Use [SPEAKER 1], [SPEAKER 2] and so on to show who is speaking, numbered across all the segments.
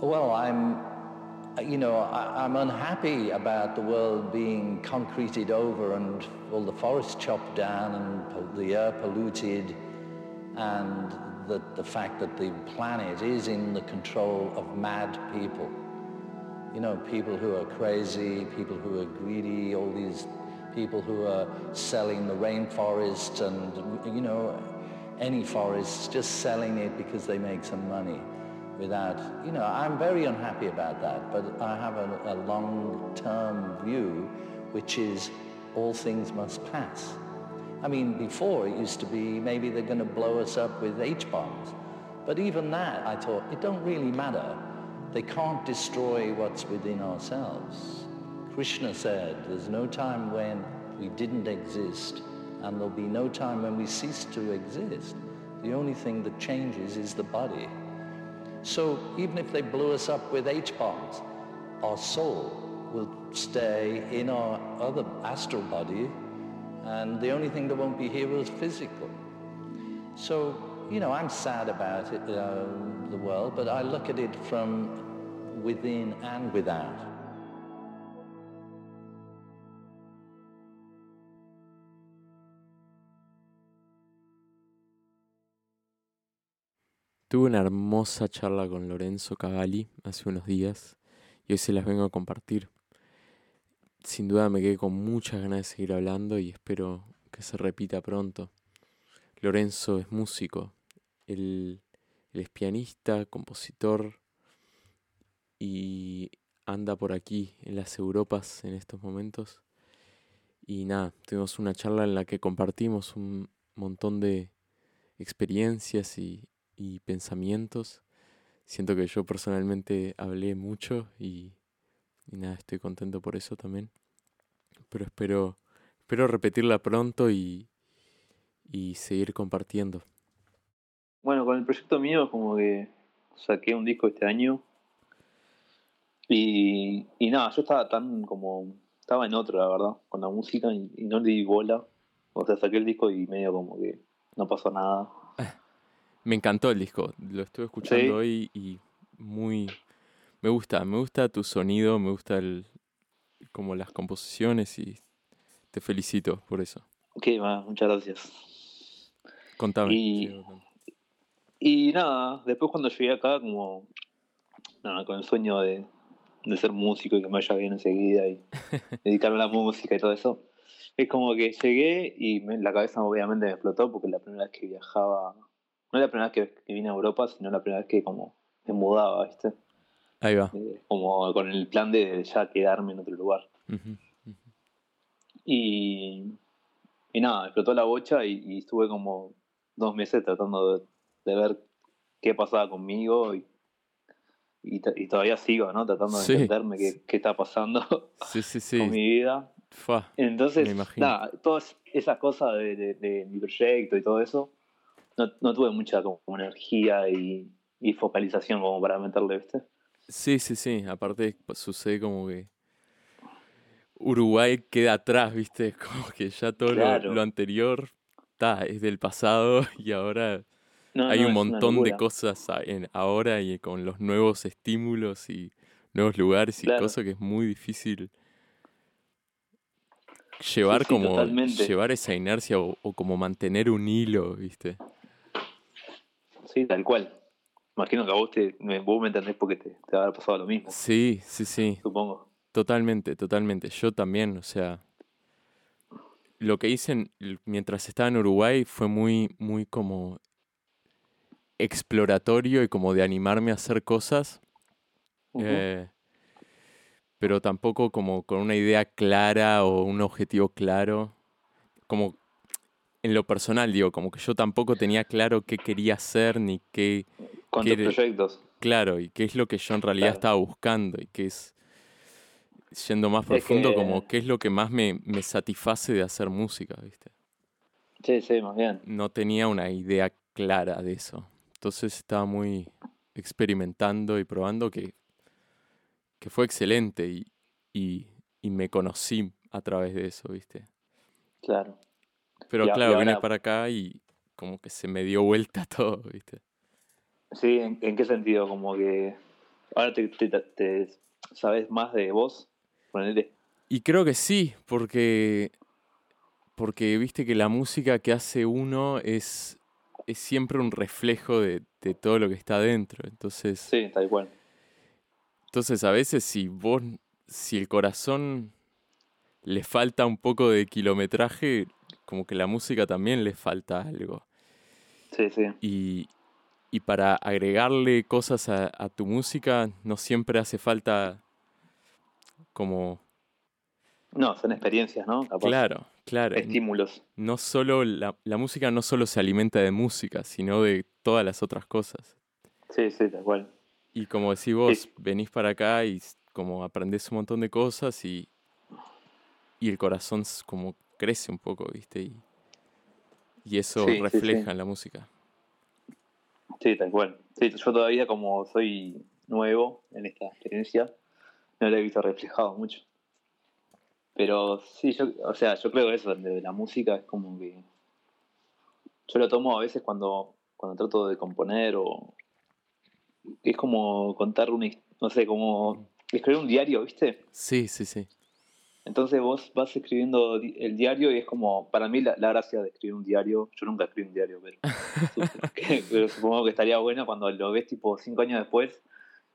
[SPEAKER 1] Well, I'm, you know, I, I'm unhappy about the world being concreted over and all the forests chopped down and pol- the air polluted and the, the fact that the planet is in the control of mad people. You know, people who are crazy, people who are greedy, all these people who are selling the rainforest and, you know, any forest, just selling it because they make some money without, you know, I'm very unhappy about that, but I have a, a long-term view, which is all things must pass. I mean, before it used to be maybe they're going to blow us up with H-bombs. But even that, I thought, it don't really matter. They can't destroy what's within ourselves. Krishna said, there's no time when we didn't exist, and there'll be no time when we cease to exist. The only thing that changes is the body. So even if they blew us up with H-bombs, our soul will stay in our other astral body and the only thing that won't be here is physical. So, you know, I'm sad about it, uh, the world, but I look at it from within and without.
[SPEAKER 2] Tuve una hermosa charla con Lorenzo Cavalli hace unos días y hoy se las vengo a compartir sin duda me quedé con muchas ganas de seguir hablando y espero que se repita pronto. Lorenzo es músico, él, él, es pianista, compositor y anda por aquí en las Europas en estos momentos. Y nada, tuvimos una charla en la que compartimos un montón de experiencias y, y pensamientos. Siento que yo personalmente hablé mucho y y nada, estoy contento por eso también. Pero espero, espero repetirla pronto y, y seguir compartiendo.
[SPEAKER 3] Bueno, con el proyecto mío como que saqué un disco este año y, y nada, yo estaba tan como, estaba en otra, la verdad, con la música y, y, no le di bola. O sea, saqué el disco y medio como que no pasó nada.
[SPEAKER 2] Me encantó el disco, lo estuve escuchando ¿Sí? hoy y muy, me gusta, me gusta tu sonido, me gusta el, como las composiciones y te felicito por eso.
[SPEAKER 3] Ok, bueno, muchas gracias.
[SPEAKER 2] Contame.
[SPEAKER 3] Y, y, nada, después cuando llegué acá, como nada, con el sueño de, de ser músico y que me vaya bien enseguida y dedicarme a la música y todo eso, es como que llegué y me, la cabeza obviamente me explotó porque la primera vez que viajaba, no es la primera vez que, que vine a Europa, sino la primera vez que como me mudaba, ¿viste?
[SPEAKER 2] Ahí va.
[SPEAKER 3] Eh, como con el plan de ya quedarme en otro lugar. Uh -huh, uh -huh. Y, y nada, explotó la bocha y, y estuve como dos meses tratando de, de, ver qué pasaba conmigo y, y, y todavía sigo, ¿no? Tratando de sí. entenderme qué, qué, está pasando
[SPEAKER 2] sí, sí,
[SPEAKER 3] con mi vida.
[SPEAKER 2] Fua,
[SPEAKER 3] Entonces, nada, todas esas cosas de, de, de, mi proyecto y todo eso, no, no tuve mucha como, energía y, y focalización como para meterle, ¿viste?
[SPEAKER 2] Sí, sí, sí. Aparte sucede como que Uruguay queda atrás, ¿viste? Es como que ya todo claro. lo, lo, anterior está, es del pasado y ahora no, hay no, un montón de cosas en, ahora y con los nuevos estímulos y nuevos lugares y claro. cosas que es muy difícil llevar sí, sí, como totalmente. llevar esa inercia o, o como mantener un hilo, ¿viste?
[SPEAKER 3] Sí, tal cual imagino que a vos, te, vos me entendés porque te, te habrá pasado lo mismo.
[SPEAKER 2] Sí, sí, sí.
[SPEAKER 3] Supongo.
[SPEAKER 2] Totalmente, totalmente. Yo también, o sea. Lo que hice en, mientras estaba en Uruguay fue muy, muy como exploratorio y como de animarme a hacer cosas. Uh -huh. eh, pero tampoco como con una idea clara o un objetivo claro. Como en lo personal, digo, como que yo tampoco tenía claro qué quería hacer ni qué,
[SPEAKER 3] con tus proyectos.
[SPEAKER 2] Claro, y qué es lo que yo en realidad claro. estaba buscando y qué es, yendo más profundo, es que... como qué es lo que más me, me, satisface de hacer música, ¿viste?
[SPEAKER 3] Sí, sí, más bien.
[SPEAKER 2] No tenía una idea clara de eso. Entonces estaba muy experimentando y probando que, que fue excelente y, y, y me conocí a través de eso, ¿viste?
[SPEAKER 3] Claro.
[SPEAKER 2] Pero y claro, ahora... vine para acá y como que se me dio vuelta todo, ¿viste?
[SPEAKER 3] Sí, ¿en, ¿en, qué sentido? Como que Ahora te, te- te- sabes más de vos. Ponele.
[SPEAKER 2] Y creo que sí, porque. Porque viste que la música que hace uno es. es siempre un reflejo de, de todo lo que está adentro. Entonces.
[SPEAKER 3] Sí, tal cual.
[SPEAKER 2] Entonces a veces si vos. si el corazón le falta un poco de kilometraje, como que la música también le falta algo.
[SPEAKER 3] Sí, sí.
[SPEAKER 2] Y. y para agregarle cosas a, a tu música, no siempre hace falta como.
[SPEAKER 3] No, son experiencias, ¿no? Capaz.
[SPEAKER 2] Claro, claro.
[SPEAKER 3] Estímulos.
[SPEAKER 2] no solo la, la música no solo se alimenta de música, sino de todas las otras cosas.
[SPEAKER 3] Sí, sí, tal cual.
[SPEAKER 2] Y como decís vos, venís para acá y s- como aprendés un montón de cosas y, y el corazón s- como crece un poco, ¿viste? Y, y eso
[SPEAKER 3] Sí, sí, sí.
[SPEAKER 2] refleja en la música.
[SPEAKER 3] Sí, tal cual. Sí, yo todavía como soy nuevo en esta experiencia, no lo he visto reflejado mucho. Pero sí, yo, o sea, yo creo eso, de la música es como que... Yo lo tomo a veces cuando, cuando trato de componer o... Es como contar una... his- No sé, como escribir un diario, ¿viste?
[SPEAKER 2] Sí, sí, sí.
[SPEAKER 3] Entonces vos vas escribiendo di- el diario y es como, para mí la, la gracia de escribir un diario, yo nunca escribí un diario, pero, sup- que- pero supongo que estaría bueno cuando lo ves tipo cinco años después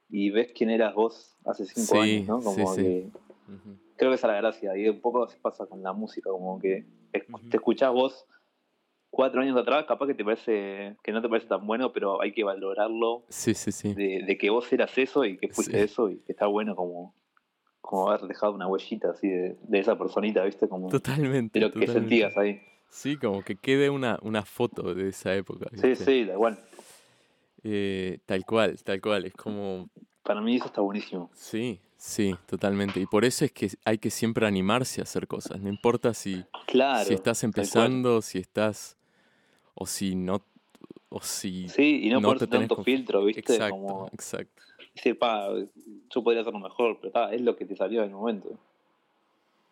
[SPEAKER 3] y ves quién eras vos hace cinco
[SPEAKER 2] Sí,
[SPEAKER 3] años, ¿no?
[SPEAKER 2] sí,
[SPEAKER 3] Como
[SPEAKER 2] sí.
[SPEAKER 3] que
[SPEAKER 2] Ujú.
[SPEAKER 3] creo que esa es la gracia y un poco se pasa con la música, como que es-
[SPEAKER 2] Ujú.
[SPEAKER 3] te escuchás vos cuatro años atrás, capaz que te parece, que no te parece tan bueno, pero hay que valorarlo
[SPEAKER 2] Sí, sí, sí.
[SPEAKER 3] de, de que vos eras eso y que fuiste
[SPEAKER 2] Sí.
[SPEAKER 3] eso y que está bueno como, como haber dejado una huellita así de, de esa personita, ¿viste? Como de
[SPEAKER 2] Totalmente.
[SPEAKER 3] lo que
[SPEAKER 2] totalmente.
[SPEAKER 3] sentías ahí.
[SPEAKER 2] Sí, como que quede una, una foto de esa época.
[SPEAKER 3] Sí,
[SPEAKER 2] ¿viste?
[SPEAKER 3] sí, da igual.
[SPEAKER 2] Eh, tal cual, tal cual. Es como
[SPEAKER 3] Para mí eso está buenísimo.
[SPEAKER 2] Sí, sí, totalmente. Y por eso es que hay que siempre animarse a hacer cosas. No importa si,
[SPEAKER 3] Claro.
[SPEAKER 2] si estás
[SPEAKER 3] tal cual.
[SPEAKER 2] empezando, si estás. o si no. o si.
[SPEAKER 3] Sí, y no,
[SPEAKER 2] no
[SPEAKER 3] ponerse
[SPEAKER 2] te tenés
[SPEAKER 3] tanto
[SPEAKER 2] conf-
[SPEAKER 3] filtro, ¿viste?
[SPEAKER 2] exacto,
[SPEAKER 3] Como
[SPEAKER 2] exacto.
[SPEAKER 3] dice, pa, yo podría hacerlo mejor, pero ta, es lo que te salió en el momento.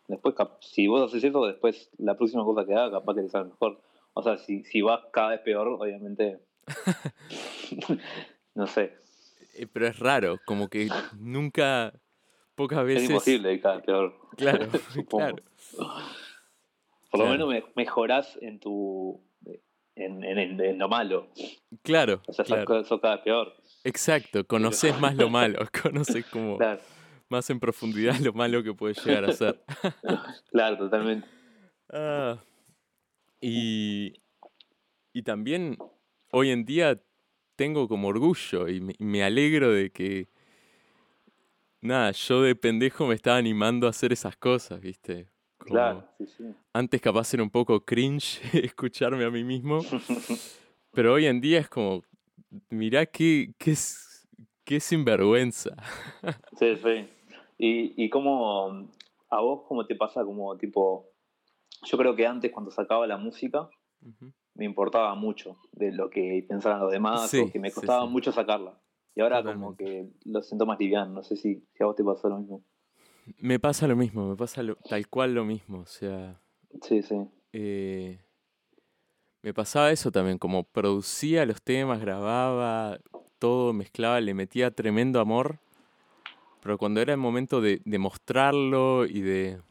[SPEAKER 3] Después, cap- si vos haces eso, después la próxima cosa que hagas, capaz que te salga mejor. O sea, si, si vas cada vez peor, obviamente. no sé.
[SPEAKER 2] Eh, Pero es raro, como que nunca. pocas
[SPEAKER 3] Es
[SPEAKER 2] veces.
[SPEAKER 3] imposible ir cada vez peor.
[SPEAKER 2] Claro, claro.
[SPEAKER 3] Por lo
[SPEAKER 2] Claro.
[SPEAKER 3] menos me- mejorás en tu. En, en, en- en lo malo.
[SPEAKER 2] Claro,
[SPEAKER 3] O sea,
[SPEAKER 2] claro.
[SPEAKER 3] sos, sos cada vez peor.
[SPEAKER 2] Exacto, conoces más lo malo, conoces como
[SPEAKER 3] Claro,
[SPEAKER 2] más en profundidad lo malo que puede llegar a ser.
[SPEAKER 3] claro, totalmente.
[SPEAKER 2] Oh. Ah, y, y también hoy en día tengo como orgullo y me, y me alegro de que, nada, yo de pendejo me estaba animando a hacer esas cosas, ¿viste? Como
[SPEAKER 3] Claro, sí, sí.
[SPEAKER 2] Antes capaz era un poco cringe escucharme a mí mismo, pero hoy en día es como, mirá qué, qué, s- qué sinvergüenza.
[SPEAKER 3] Sí, sí. Y, y cómo, a vos, ¿cómo te pasa? Como tipo, yo creo que antes cuando sacaba la música me importaba mucho de lo que pensaran los demás
[SPEAKER 2] Sí,
[SPEAKER 3] o que me
[SPEAKER 2] sí,
[SPEAKER 3] costaba
[SPEAKER 2] sí.
[SPEAKER 3] mucho sacarla. Y ahora como
[SPEAKER 2] Totalmente.
[SPEAKER 3] que lo siento más liviano, no sé si, si a vos te pasó lo mismo.
[SPEAKER 2] Me pasa lo mismo, me pasa lo- tal cual lo mismo, o sea...
[SPEAKER 3] Sí, sí.
[SPEAKER 2] eh, me pasaba eso también, como producía los temas, grababa, todo mezclaba, le metía tremendo amor, pero cuando era el momento de, de mostrarlo y de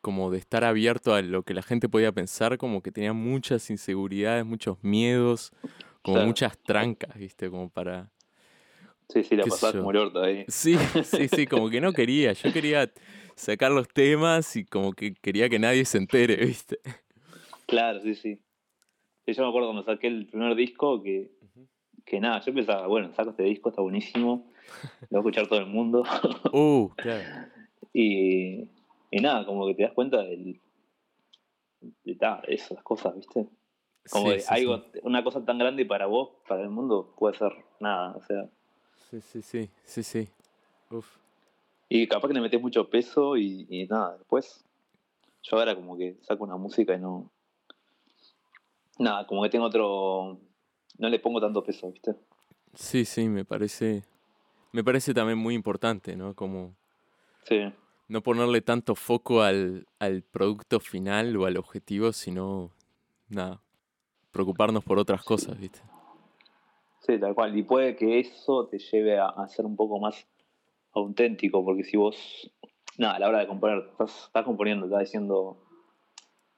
[SPEAKER 2] como de estar abierto a lo que la gente podía pensar, como que tenía muchas inseguridades, muchos miedos, como
[SPEAKER 3] Claro.
[SPEAKER 2] muchas trancas, ¿viste? Como para...
[SPEAKER 3] Sí, sí, la
[SPEAKER 2] Qué sé
[SPEAKER 3] pasás
[SPEAKER 2] yo.
[SPEAKER 3] como el orto ahí.
[SPEAKER 2] Sí, sí, sí, como que no quería, yo quería sacar los temas y como que quería que nadie se entere, ¿viste?
[SPEAKER 3] Claro, sí, sí. Sí, Yo me acuerdo cuando saqué el primer disco que, que nada, yo pensaba, bueno, saco este disco, está buenísimo, lo va a escuchar todo el mundo.
[SPEAKER 2] Uh, claro.
[SPEAKER 3] Y, y nada, como que te das cuenta del, de ta, eso, las cosas, ¿viste? Como
[SPEAKER 2] Sí,
[SPEAKER 3] de
[SPEAKER 2] sí,
[SPEAKER 3] algo, una cosa tan grande para vos, para el mundo, puede ser nada, o sea.
[SPEAKER 2] Sí, sí, sí, sí, sí. Uf.
[SPEAKER 3] Y capaz que le metes mucho peso y, y nada, después. Yo ahora como que saco una música y no. Nada, como que tengo otro. No le pongo tanto peso, ¿viste?
[SPEAKER 2] Sí, sí, me parece. Me parece también muy importante, ¿no? Como
[SPEAKER 3] Sí,
[SPEAKER 2] no ponerle tanto foco al, al producto final o al objetivo, sino nada. Preocuparnos por otras cosas, ¿viste?
[SPEAKER 3] Sí, tal cual. Y puede que eso te lleve a, a ser un poco más auténtico, porque si vos, nada, a la hora de componer, estás, estás componiendo, estás diciendo,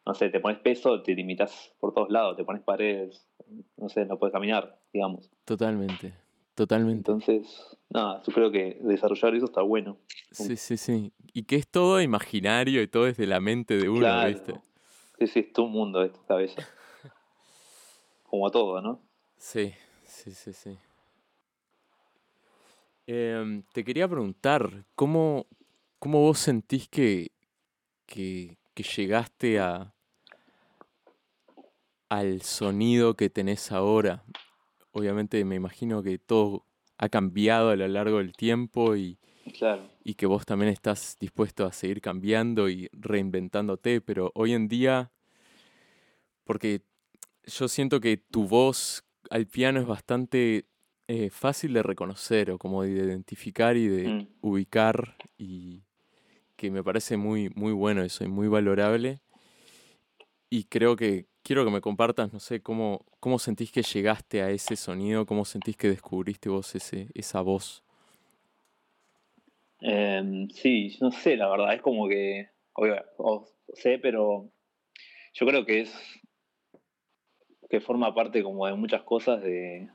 [SPEAKER 3] no sé, te pones peso, te limitas por todos lados, te pones paredes, no sé, no puedes caminar, digamos.
[SPEAKER 2] Totalmente, totalmente.
[SPEAKER 3] Entonces, nada, yo creo que desarrollar eso está bueno.
[SPEAKER 2] Sí, sí, sí. Y que es todo imaginario y todo desde la mente de uno,
[SPEAKER 3] Claro.
[SPEAKER 2] ¿viste?
[SPEAKER 3] Sí, sí, es tu mundo de tu cabeza. Como todo, ¿no?
[SPEAKER 2] Sí, sí, sí, sí. Em, te quería preguntar, ¿cómo, cómo vos sentís que, que, que llegaste a, al sonido que tenés ahora? Obviamente me imagino que todo ha cambiado a lo largo del tiempo y,
[SPEAKER 3] Claro.
[SPEAKER 2] y que vos también estás dispuesto a seguir cambiando y reinventándote, pero hoy en día, porque yo siento que tu voz al piano es bastante eh, fácil de reconocer o como de identificar y de
[SPEAKER 3] Mm.
[SPEAKER 2] ubicar y que me parece muy, muy bueno eso y muy valorable. Y creo que quiero que me compartas, no sé, cómo, cómo sentís que llegaste a ese sonido, cómo sentís que descubriste vos ese, esa voz.
[SPEAKER 3] Em, sí, yo no sé, la verdad, es como que, obvio, o- sé, pero yo creo que es, que forma parte como de muchas cosas, de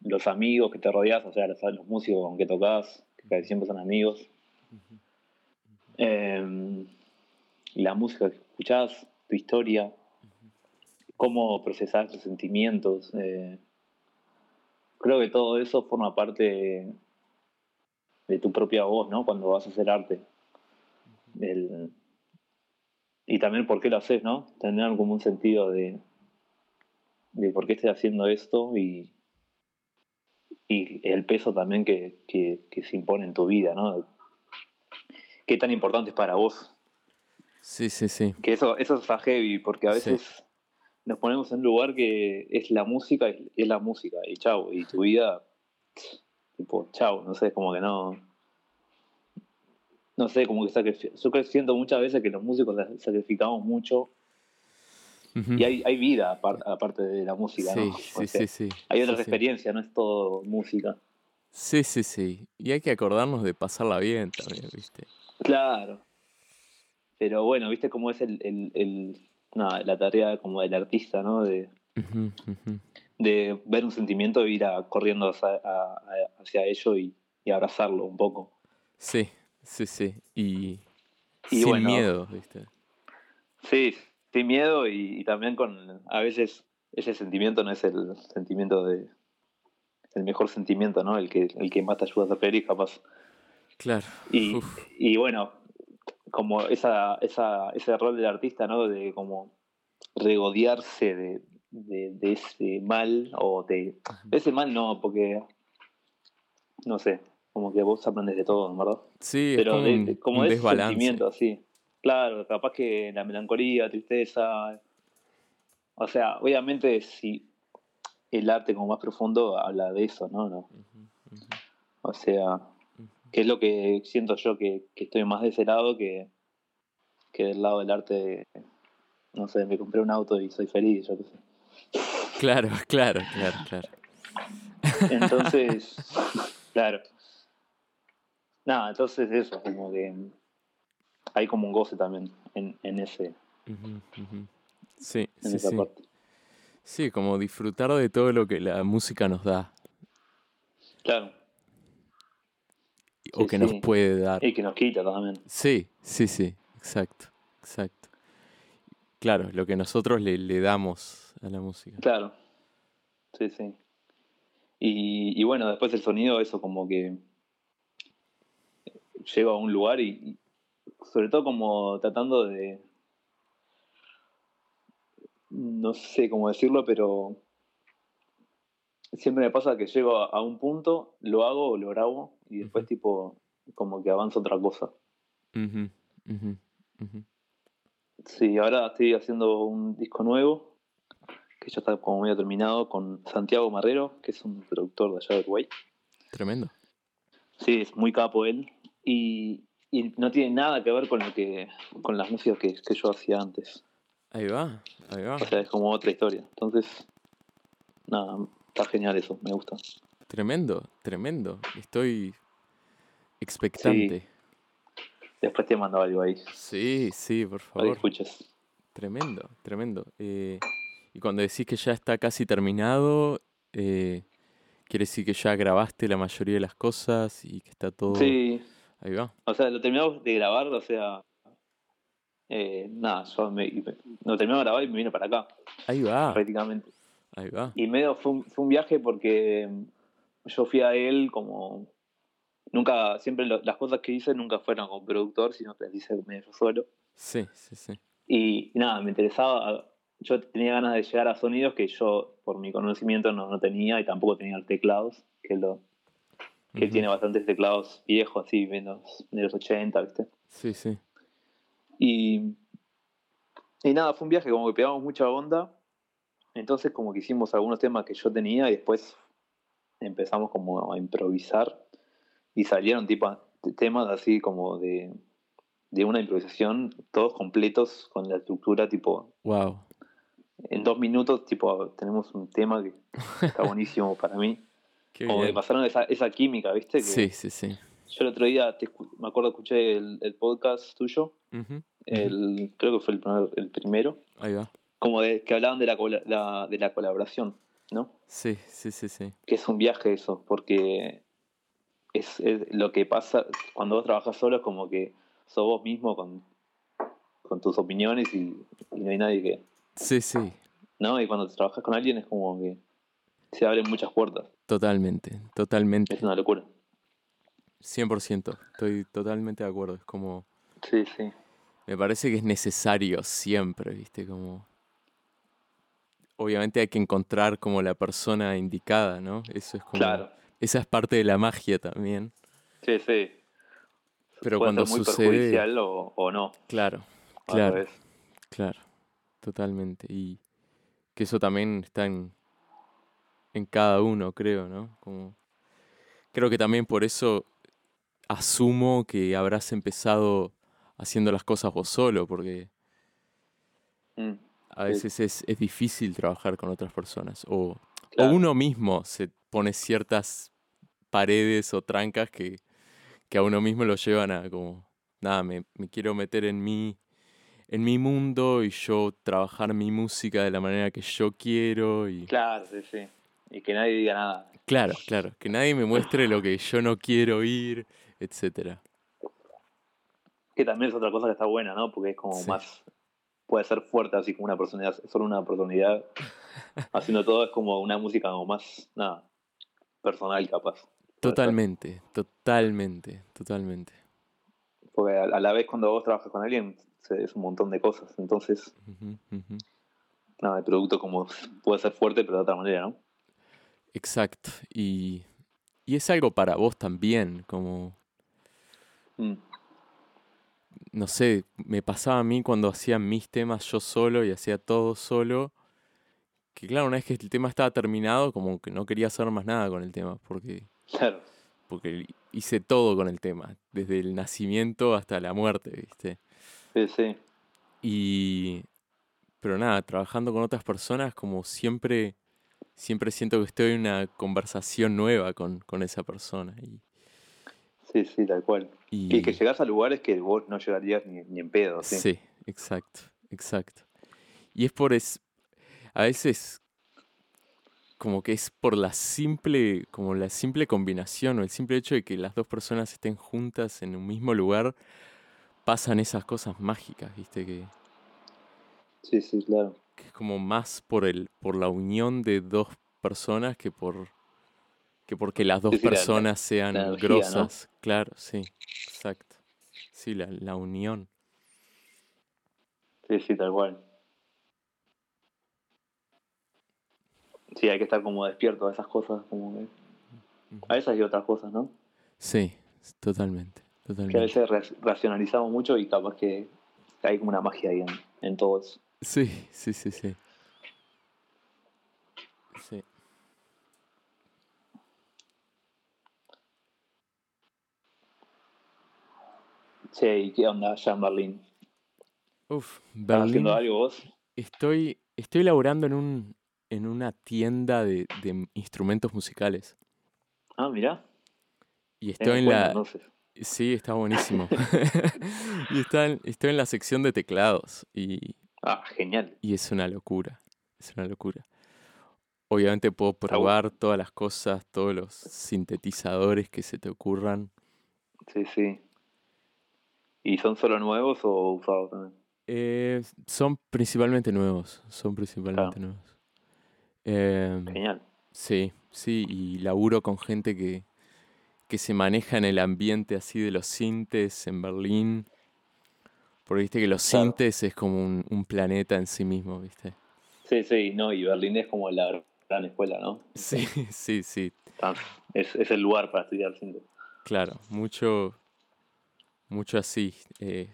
[SPEAKER 3] los amigos que te rodeas, o sea, los, los músicos con que tocas, que casi siempre son amigos, em, la música que escuchás, tu historia, cómo procesás tus sentimientos. eh, creo que todo eso forma parte de, de tu propia voz, ¿no? Cuando vas a hacer arte. El- y también por qué lo haces, ¿no? Tener como un sentido de, de por qué estás haciendo esto y, y el peso también que, que- que se impone en tu vida, ¿no? ¿Qué tan importante es para vos
[SPEAKER 2] Sí, sí, sí.
[SPEAKER 3] que eso, eso está heavy, porque a
[SPEAKER 2] Sí.
[SPEAKER 3] veces nos ponemos en un lugar que es la música, es, es la música, y chau, y tu vida, tipo, chau, no sé, como que no. No sé, como que sacrifi- yo creo que siento muchas veces que los músicos la sacrificamos mucho
[SPEAKER 2] Ujú.
[SPEAKER 3] y hay, hay vida apar- aparte de la música,
[SPEAKER 2] Mm. Sí,
[SPEAKER 3] ¿no? O
[SPEAKER 2] sí,
[SPEAKER 3] sea,
[SPEAKER 2] sí, sí.
[SPEAKER 3] Hay
[SPEAKER 2] sí,
[SPEAKER 3] otras
[SPEAKER 2] sí.
[SPEAKER 3] experiencias, no es todo música.
[SPEAKER 2] Sí, sí, sí. Y hay que acordarnos de pasarla bien también, ¿viste?
[SPEAKER 3] Claro. Pero bueno, viste cómo es el, el- el- nada, la tarea como del artista, ¿no? De,
[SPEAKER 2] Ujú, ujú.
[SPEAKER 3] de ver un sentimiento e ir a- corriendo hacia, a- a- hacia ello y, y abrazarlo un poco.
[SPEAKER 2] Sí, sí, sí. Y,
[SPEAKER 3] Y
[SPEAKER 2] sin
[SPEAKER 3] bueno.
[SPEAKER 2] miedo, ¿viste?
[SPEAKER 3] Sí, sin miedo y, y también con, a veces ese sentimiento no es el sentimiento de, el mejor sentimiento, ¿no? El que, el que más te ayuda a feliz, capaz.
[SPEAKER 2] Claro.
[SPEAKER 3] Y,
[SPEAKER 2] uf,
[SPEAKER 3] y bueno, como esa, esa, ese rol del artista, ¿no? De como regodearse de, de, de ese mal o de, de ese mal no, porque no sé, como que vos aprendes de todo, ¿verdad?
[SPEAKER 2] sí, es
[SPEAKER 3] Pero
[SPEAKER 2] como
[SPEAKER 3] de-
[SPEAKER 2] un,
[SPEAKER 3] de- como
[SPEAKER 2] un
[SPEAKER 3] de ese
[SPEAKER 2] desbalance.
[SPEAKER 3] sentimiento, sí. Claro, capaz que la melancolía, tristeza. O sea, obviamente si el arte como más profundo habla de eso, ¿no? ¿no?
[SPEAKER 2] Ujú, ujú,
[SPEAKER 3] O sea,
[SPEAKER 2] ujú.
[SPEAKER 3] que es lo que siento yo que, que estoy más de ese lado que, que del lado del arte de, no sé, me compré un auto y soy feliz, yo qué sé.
[SPEAKER 2] Claro, claro, claro, claro.
[SPEAKER 3] Entonces, claro. Nada, entonces eso, como que hay como un goce también en, en ese,
[SPEAKER 2] Ujú, ujú. Sí,
[SPEAKER 3] en
[SPEAKER 2] sí,
[SPEAKER 3] esa
[SPEAKER 2] sí.
[SPEAKER 3] parte.
[SPEAKER 2] Sí, como disfrutar de todo lo que la música nos da
[SPEAKER 3] Claro.
[SPEAKER 2] o
[SPEAKER 3] Sí,
[SPEAKER 2] que nos
[SPEAKER 3] sí.
[SPEAKER 2] puede dar.
[SPEAKER 3] Y que nos quita también.
[SPEAKER 2] Sí, sí, sí, exacto, exacto. Claro, lo que nosotros le, le damos a la música.
[SPEAKER 3] Claro. Sí, sí. Y, y bueno, después el sonido, eso como que lleva a un lugar y, y sobre todo como tratando de, no sé cómo decirlo, pero siempre me pasa que llego a, a un punto, lo hago o lo grabo y después
[SPEAKER 2] Ujú.
[SPEAKER 3] tipo como que avanza otra cosa.
[SPEAKER 2] Ujú, ujú, ujú.
[SPEAKER 3] Sí, ahora estoy haciendo un disco nuevo que ya está como medio terminado con Santiago Marrero, que es un productor de allá de Uruguay.
[SPEAKER 2] Tremendo.
[SPEAKER 3] Sí, es muy capo él. Y, y no tiene nada que ver con lo que con las músicas que, que yo hacía antes.
[SPEAKER 2] Ahí va, ahí va.
[SPEAKER 3] O sea, es como otra historia. Entonces, nada, Está genial eso, me gusta.
[SPEAKER 2] Tremendo, tremendo. Estoy expectante.
[SPEAKER 3] Después te mando algo ahí.
[SPEAKER 2] Sí, sí, por
[SPEAKER 3] Ahí
[SPEAKER 2] favor.
[SPEAKER 3] escuchas.
[SPEAKER 2] Tremendo, tremendo. Eh, y cuando decís que ya está casi terminado, eh, quiere decir que ya grabaste la mayoría de las cosas y que está todo...
[SPEAKER 3] Sí,
[SPEAKER 2] Ahí va.
[SPEAKER 3] o sea, lo terminamos de grabar, o sea. eh, nada, yo me, me- lo terminamos de grabar y me vine para acá,
[SPEAKER 2] Ahí va.
[SPEAKER 3] prácticamente.
[SPEAKER 2] Ahí va.
[SPEAKER 3] Y medio fue un, fue un viaje porque mm, yo fui a él como. Nunca, siempre lo- las cosas que hice nunca fueron con productor, sino que las hice medio yo solo.
[SPEAKER 2] Sí, sí, sí.
[SPEAKER 3] Y, y nada, me interesaba. Yo tenía ganas de llegar a sonidos que yo, por mi conocimiento, no, no tenía y tampoco tenía los teclados, que lo que
[SPEAKER 2] Ujú.
[SPEAKER 3] tiene bastantes teclados viejos, así, menos de los 80, ¿viste?
[SPEAKER 2] Sí, sí.
[SPEAKER 3] Y, y nada, fue un viaje, como que pegamos mucha onda. Entonces, como que hicimos algunos temas que yo tenía y después empezamos como a improvisar. Y salieron tipo, temas así como de, de una improvisación, todos completos con la estructura, tipo,
[SPEAKER 2] Wow.
[SPEAKER 3] en dos minutos, tipo, tenemos un tema que está buenísimo para mí.
[SPEAKER 2] Qué
[SPEAKER 3] Como que
[SPEAKER 2] bien.
[SPEAKER 3] pasaron esa, esa química, ¿viste? Oh, Que
[SPEAKER 2] Sí, sí, sí.
[SPEAKER 3] Yo el otro día, te escu- me acuerdo, escuché el, el podcast tuyo,
[SPEAKER 2] Ujú.
[SPEAKER 3] el, creo que fue el, primer- el primero,
[SPEAKER 2] Ahí va.
[SPEAKER 3] como de, que hablaban de la, cola- la- de la colaboración, ¿no?
[SPEAKER 2] Sí, sí, sí, sí.
[SPEAKER 3] Que es un viaje eso, porque es, es lo que pasa cuando vos trabajas solo, es como que sos vos mismo con, con tus opiniones y, y no hay nadie que...
[SPEAKER 2] Sí, sí.
[SPEAKER 3] ¿No? Y cuando trabajas con alguien es como que se abren muchas puertas.
[SPEAKER 2] Totalmente, totalmente.
[SPEAKER 3] Es una locura.
[SPEAKER 2] 100%. Estoy totalmente de acuerdo. Es como...
[SPEAKER 3] Sí, sí.
[SPEAKER 2] Me parece que es necesario siempre, ¿viste? Como. Obviamente hay que encontrar como la persona indicada, ¿no? Eso es como.
[SPEAKER 3] Claro.
[SPEAKER 2] Esa es parte de la magia también.
[SPEAKER 3] Sí, sí.
[SPEAKER 2] Pero
[SPEAKER 3] Puede
[SPEAKER 2] cuando
[SPEAKER 3] ser muy
[SPEAKER 2] sucede.
[SPEAKER 3] perjudicial o, o no.
[SPEAKER 2] Claro,
[SPEAKER 3] al
[SPEAKER 2] claro,
[SPEAKER 3] revés.
[SPEAKER 2] claro. Totalmente. Y que eso también está en. en cada uno, creo, ¿no? Como. Creo que también por eso asumo que habrás empezado haciendo las cosas vos solo, porque.
[SPEAKER 3] Mm,
[SPEAKER 2] A
[SPEAKER 3] Sí.
[SPEAKER 2] veces es, es difícil trabajar con otras personas. O, o
[SPEAKER 3] claro.
[SPEAKER 2] uno mismo se pone ciertas paredes o trancas que, que a uno mismo lo llevan a como, nada, me, me quiero meter en mi, en mi mundo y yo trabajar mi música de la manera que yo quiero. Y...
[SPEAKER 3] Claro, sí, sí. Y que nadie diga nada.
[SPEAKER 2] Claro, claro, que nadie me muestre lo que yo no quiero oír, etcétera.
[SPEAKER 3] Que también es otra cosa que está buena, ¿no? Porque es como
[SPEAKER 2] Sí.
[SPEAKER 3] más. Puede ser fuerte, así como una oportunidad. Solo una oportunidad. Haciendo todo es como una música como más. Nada. Personal, capaz. Puede ser.
[SPEAKER 2] Totalmente, totalmente, totalmente.
[SPEAKER 3] Porque a, a la vez cuando vos trabajas con alguien se- es un montón de cosas. Entonces,
[SPEAKER 2] Ujú, ujú.
[SPEAKER 3] nada, el producto como puede ser fuerte, pero de otra manera, ¿no?
[SPEAKER 2] Exacto. Y, y es algo para vos también, como
[SPEAKER 3] Mm.
[SPEAKER 2] no sé, me pasaba a mí cuando hacía mis temas yo solo y hacía todo solo, que claro, una vez que el tema estaba terminado, como que no quería hacer más nada con el tema, porque,
[SPEAKER 3] Claro.
[SPEAKER 2] porque hice todo con el tema, desde el nacimiento hasta la muerte, ¿viste?
[SPEAKER 3] Sí, sí.
[SPEAKER 2] Y... Pero nada, trabajando con otras personas, como siempre, siempre siento que estoy en una conversación nueva con, con esa persona. Y,
[SPEAKER 3] Sí, sí, tal cual.
[SPEAKER 2] y-
[SPEAKER 3] Y que llegás a lugares que vos no llegarías ni, ni en pedo, sí.
[SPEAKER 2] Sí, exacto, exacto. Y es por es, a veces como que es por la simple, como la simple combinación o el simple hecho de que las dos personas estén juntas en un mismo lugar, pasan esas cosas mágicas, viste que,
[SPEAKER 3] Sí, sí, claro.
[SPEAKER 2] que es como más por el, por la unión de dos personas que por que porque las dos
[SPEAKER 3] Sí, sí, la- la-
[SPEAKER 2] personas sean
[SPEAKER 3] energía, ¿no?
[SPEAKER 2] grosas, claro, sí, exacto, sí, la, la unión.
[SPEAKER 3] Sí, sí, tal cual. Sí, hay que estar como despierto a esas cosas, como que-
[SPEAKER 2] Ujú.
[SPEAKER 3] a esas y otras cosas, ¿no?
[SPEAKER 2] Sí, s- totalmente,
[SPEAKER 3] Que a
[SPEAKER 2] totalmente.
[SPEAKER 3] veces ra- racionalizamos mucho y capaz que hay como una magia ahí en, en todo eso.
[SPEAKER 2] Sí, sí, sí, sí. Sí.
[SPEAKER 3] Sí, ¿y qué onda allá en Berlín?
[SPEAKER 2] Uf,
[SPEAKER 3] ¿Estás
[SPEAKER 2] Berlín.
[SPEAKER 3] haciendo algo vos?
[SPEAKER 2] Estoy, estoy laburando en un, en una tienda de, de instrumentos musicales.
[SPEAKER 3] Ah, mirá.
[SPEAKER 2] Y
[SPEAKER 3] tenés
[SPEAKER 2] estoy en
[SPEAKER 3] cuenta,
[SPEAKER 2] la.
[SPEAKER 3] entonces.
[SPEAKER 2] Sí, está buenísimo. y está en- estoy en la sección de teclados. Y,
[SPEAKER 3] Ah, genial.
[SPEAKER 2] y es una locura. Es una locura. Obviamente puedo
[SPEAKER 3] bueno.
[SPEAKER 2] probar todas las cosas, todos los sintetizadores que se te ocurran.
[SPEAKER 3] Sí, sí. ¿Y son solo nuevos o usados también?
[SPEAKER 2] Eh, son principalmente nuevos. Son principalmente nuevos. Eh,
[SPEAKER 3] Genial.
[SPEAKER 2] sí, sí, y laburo con gente que, que se maneja en el ambiente así de los sintes en Berlín. Porque viste que los
[SPEAKER 3] Claro.
[SPEAKER 2] sintes es como un, un planeta en sí mismo, ¿viste?
[SPEAKER 3] Sí, sí, no, y Berlín es como la gran escuela, ¿no?
[SPEAKER 2] Sí, sí, sí,
[SPEAKER 3] Ah, Es, es el lugar para estudiar, siento.
[SPEAKER 2] claro. Mucho, mucho así. eh,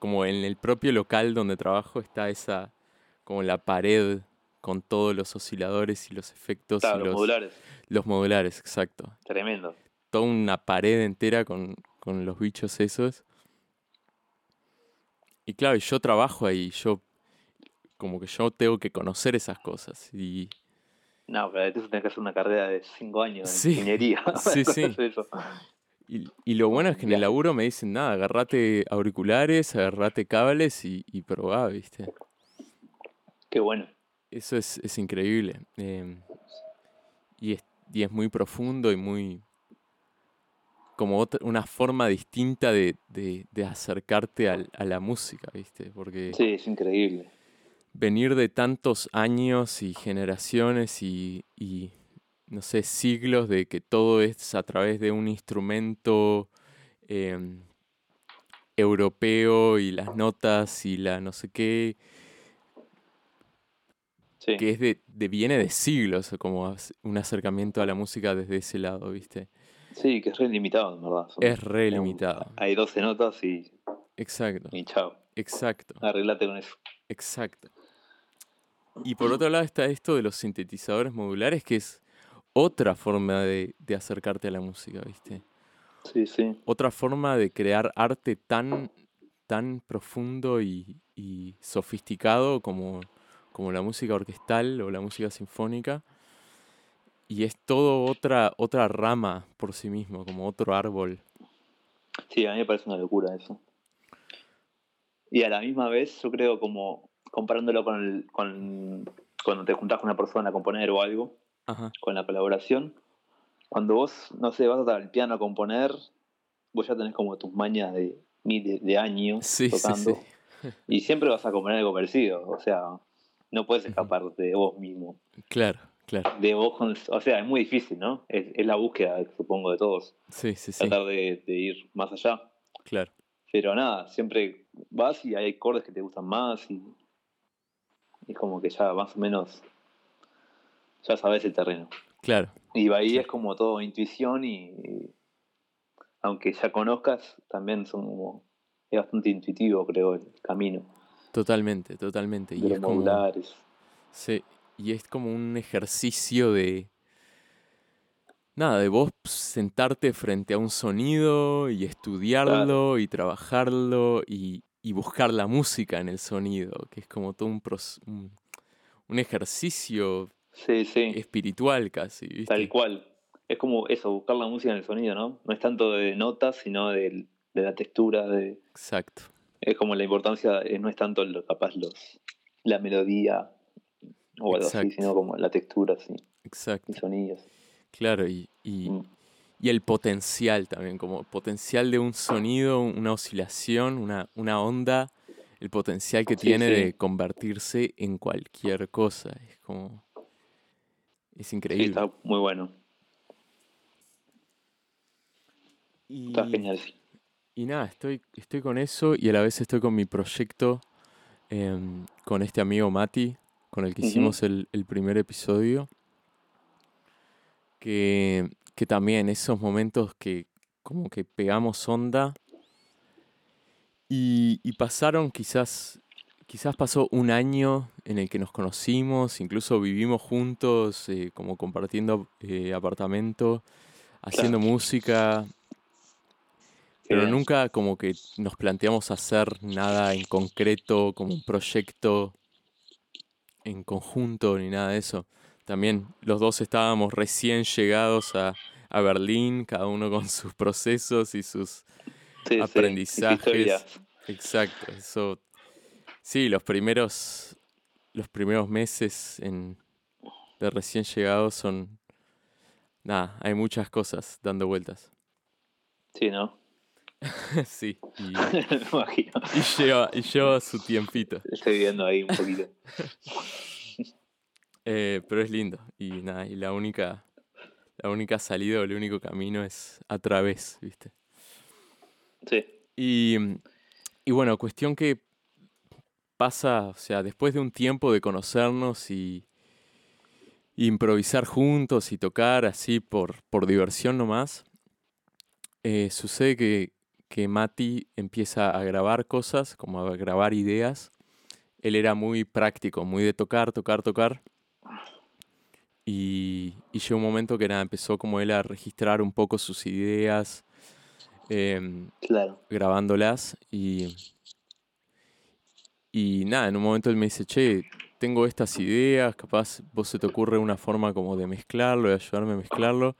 [SPEAKER 2] como en el propio local donde trabajo está esa, como la pared con todos los osciladores y los efectos. y
[SPEAKER 3] Claro, los
[SPEAKER 2] los-
[SPEAKER 3] modulares,
[SPEAKER 2] Los modulares, exacto.
[SPEAKER 3] tremendo.
[SPEAKER 2] Toda una pared entera con, con los bichos esos. Y claro, y yo trabajo ahí, yo como que yo tengo que conocer esas cosas. Y
[SPEAKER 3] No, pero entonces tenés que hacer una carrera de 5 años de
[SPEAKER 2] Sí.
[SPEAKER 3] ingeniería.
[SPEAKER 2] Sí, sí.
[SPEAKER 3] Entonces eso.
[SPEAKER 2] Y, y lo bueno es que en el
[SPEAKER 3] Ya.
[SPEAKER 2] laburo me dicen, nada, agarrate auriculares, agarrate cables y, y probá, ¿viste?
[SPEAKER 3] Qué bueno.
[SPEAKER 2] Eso es, es increíble. eh, y, es, y es muy profundo y muy... como otra- una forma distinta de, de- de acercarte al- a la música, ¿viste? Porque
[SPEAKER 3] Sí, es increíble.
[SPEAKER 2] venir de tantos años y generaciones y, y, no sé, siglos de que todo es a través de un instrumento em, europeo y las notas y la no sé qué,
[SPEAKER 3] Sí,
[SPEAKER 2] que es de, de- viene de siglos, como as- un acercamiento a la música desde ese lado, ¿viste?
[SPEAKER 3] sí que es re limitado, en verdad. Son-
[SPEAKER 2] Es re
[SPEAKER 3] son-
[SPEAKER 2] limitado.
[SPEAKER 3] Hay 12 notas y,
[SPEAKER 2] Exacto,
[SPEAKER 3] y chao.
[SPEAKER 2] exacto.
[SPEAKER 3] Arreglate con eso.
[SPEAKER 2] Exacto. Y por otro lado está esto de los sintetizadores modulares, que es otra forma de, de acercarte a la música, ¿viste?
[SPEAKER 3] Sí, sí.
[SPEAKER 2] Otra forma de crear arte tan, tan profundo y, y sofisticado como, como la música orquestal o la música sinfónica. Y es todo otra, otra rama por sí mismo, como otro árbol.
[SPEAKER 3] Sí, a mí me parece una locura eso. Y a la misma vez, yo creo como comparándolo con, el, con cuando te juntás con una persona a componer o algo,
[SPEAKER 2] Ajá.
[SPEAKER 3] con la colaboración, cuando vos, no sé, vas a al piano a componer, vos ya tenés como tus mañas de miles de años
[SPEAKER 2] Sí, sí,
[SPEAKER 3] tocando.
[SPEAKER 2] sí.
[SPEAKER 3] Y siempre vas a componer algo parecido, o sea, no puedes
[SPEAKER 2] Ujú.
[SPEAKER 3] escapar de vos mismo.
[SPEAKER 2] Claro, claro.
[SPEAKER 3] De vos, con- o sea, es muy difícil, ¿no? Es, es la búsqueda, supongo, de todos.
[SPEAKER 2] Sí, sí, sí.
[SPEAKER 3] Tratar de- de ir más allá.
[SPEAKER 2] Claro.
[SPEAKER 3] Pero nada, siempre vas y hay acordes que te gustan más y y es como que ya más o menos ya sabes el terreno.
[SPEAKER 2] Claro.
[SPEAKER 3] Y ahí es como todo intuición y, y aunque ya conozcas, también son como es bastante intuitivo creo el camino
[SPEAKER 2] Totalmente, totalmente.
[SPEAKER 3] de
[SPEAKER 2] Y
[SPEAKER 3] los
[SPEAKER 2] es como,
[SPEAKER 3] modulares.
[SPEAKER 2] Sí, y es como un ejercicio de... Nada, de vos sentarte frente a un sonido y estudiarlo y trabajarlo y, y buscar la música en el sonido, que es como todo un, pros- un, un ejercicio
[SPEAKER 3] Sí, sí,
[SPEAKER 2] espiritual casi, ¿viste?
[SPEAKER 3] tal cual. Es como eso, buscar la música en el sonido, ¿no? No es tanto de notas, sino del- de la textura, de,
[SPEAKER 2] Exacto.
[SPEAKER 3] Es como la importancia, eh, no es tanto lo, capaz los, la melodía o algo así,
[SPEAKER 2] Exacto.
[SPEAKER 3] sino como la textura, sí, y
[SPEAKER 2] Exacto,
[SPEAKER 3] sonidos.
[SPEAKER 2] claro, y, y-
[SPEAKER 3] Mm.
[SPEAKER 2] y el potencial también, como potencial de un sonido, una oscilación, una, una onda, el potencial que
[SPEAKER 3] Sí,
[SPEAKER 2] tiene
[SPEAKER 3] sí.
[SPEAKER 2] de convertirse en cualquier cosa. Es como. Es
[SPEAKER 3] Sí,
[SPEAKER 2] increíble.
[SPEAKER 3] está muy bueno.
[SPEAKER 2] y,
[SPEAKER 3] Está genial, sí.
[SPEAKER 2] y nada, estoy, estoy con eso y a la vez estoy con mi proyecto em, con este amigo Mati, con el que
[SPEAKER 3] Ujú.
[SPEAKER 2] hicimos el, el primer episodio. Que, que también esos momentos que como que pegamos onda y, y pasaron quizás, quizás pasó un año en el que nos conocimos, incluso vivimos juntos, eh, como compartiendo eh, apartamento, haciendo música, pero
[SPEAKER 3] Genial.
[SPEAKER 2] nunca como que nos planteamos hacer nada en concreto, como un proyecto en conjunto ni nada de eso. También los dos estábamos recién llegados a, a Berlín, cada uno con sus procesos y sus
[SPEAKER 3] Sí, sí,
[SPEAKER 2] aprendizajes.
[SPEAKER 3] historias.
[SPEAKER 2] Exacto, eso. Sí, los primeros, los primeros meses en, de recién llegados son. Nada, hay muchas cosas dando vueltas.
[SPEAKER 3] Sí, ¿no?
[SPEAKER 2] sí, y,
[SPEAKER 3] Me imagino.
[SPEAKER 2] y lleva, y lleva su tiempito.
[SPEAKER 3] Estoy viendo ahí un poquito.
[SPEAKER 2] Eh, pero es lindo. Y nada, y la única, la única salida o el único camino es a través, ¿viste?
[SPEAKER 3] Sí,
[SPEAKER 2] Y, mm, y bueno, cuestión que pasa, o sea, después de un tiempo de conocernos y, y improvisar juntos y tocar así por, por diversión nomás, eh, sucede que, que Mati empieza a grabar cosas, como a grabar ideas. Él era muy práctico, muy de tocar, tocar, tocar. Y, y llegó un momento que nada, empezó como él a registrar un poco sus ideas. em,
[SPEAKER 3] claro.
[SPEAKER 2] grabándolas y, y nada, en un momento él me dice, che, tengo estas ideas, capaz vos se te ocurre una forma como de mezclarlo, de ayudarme a mezclarlo.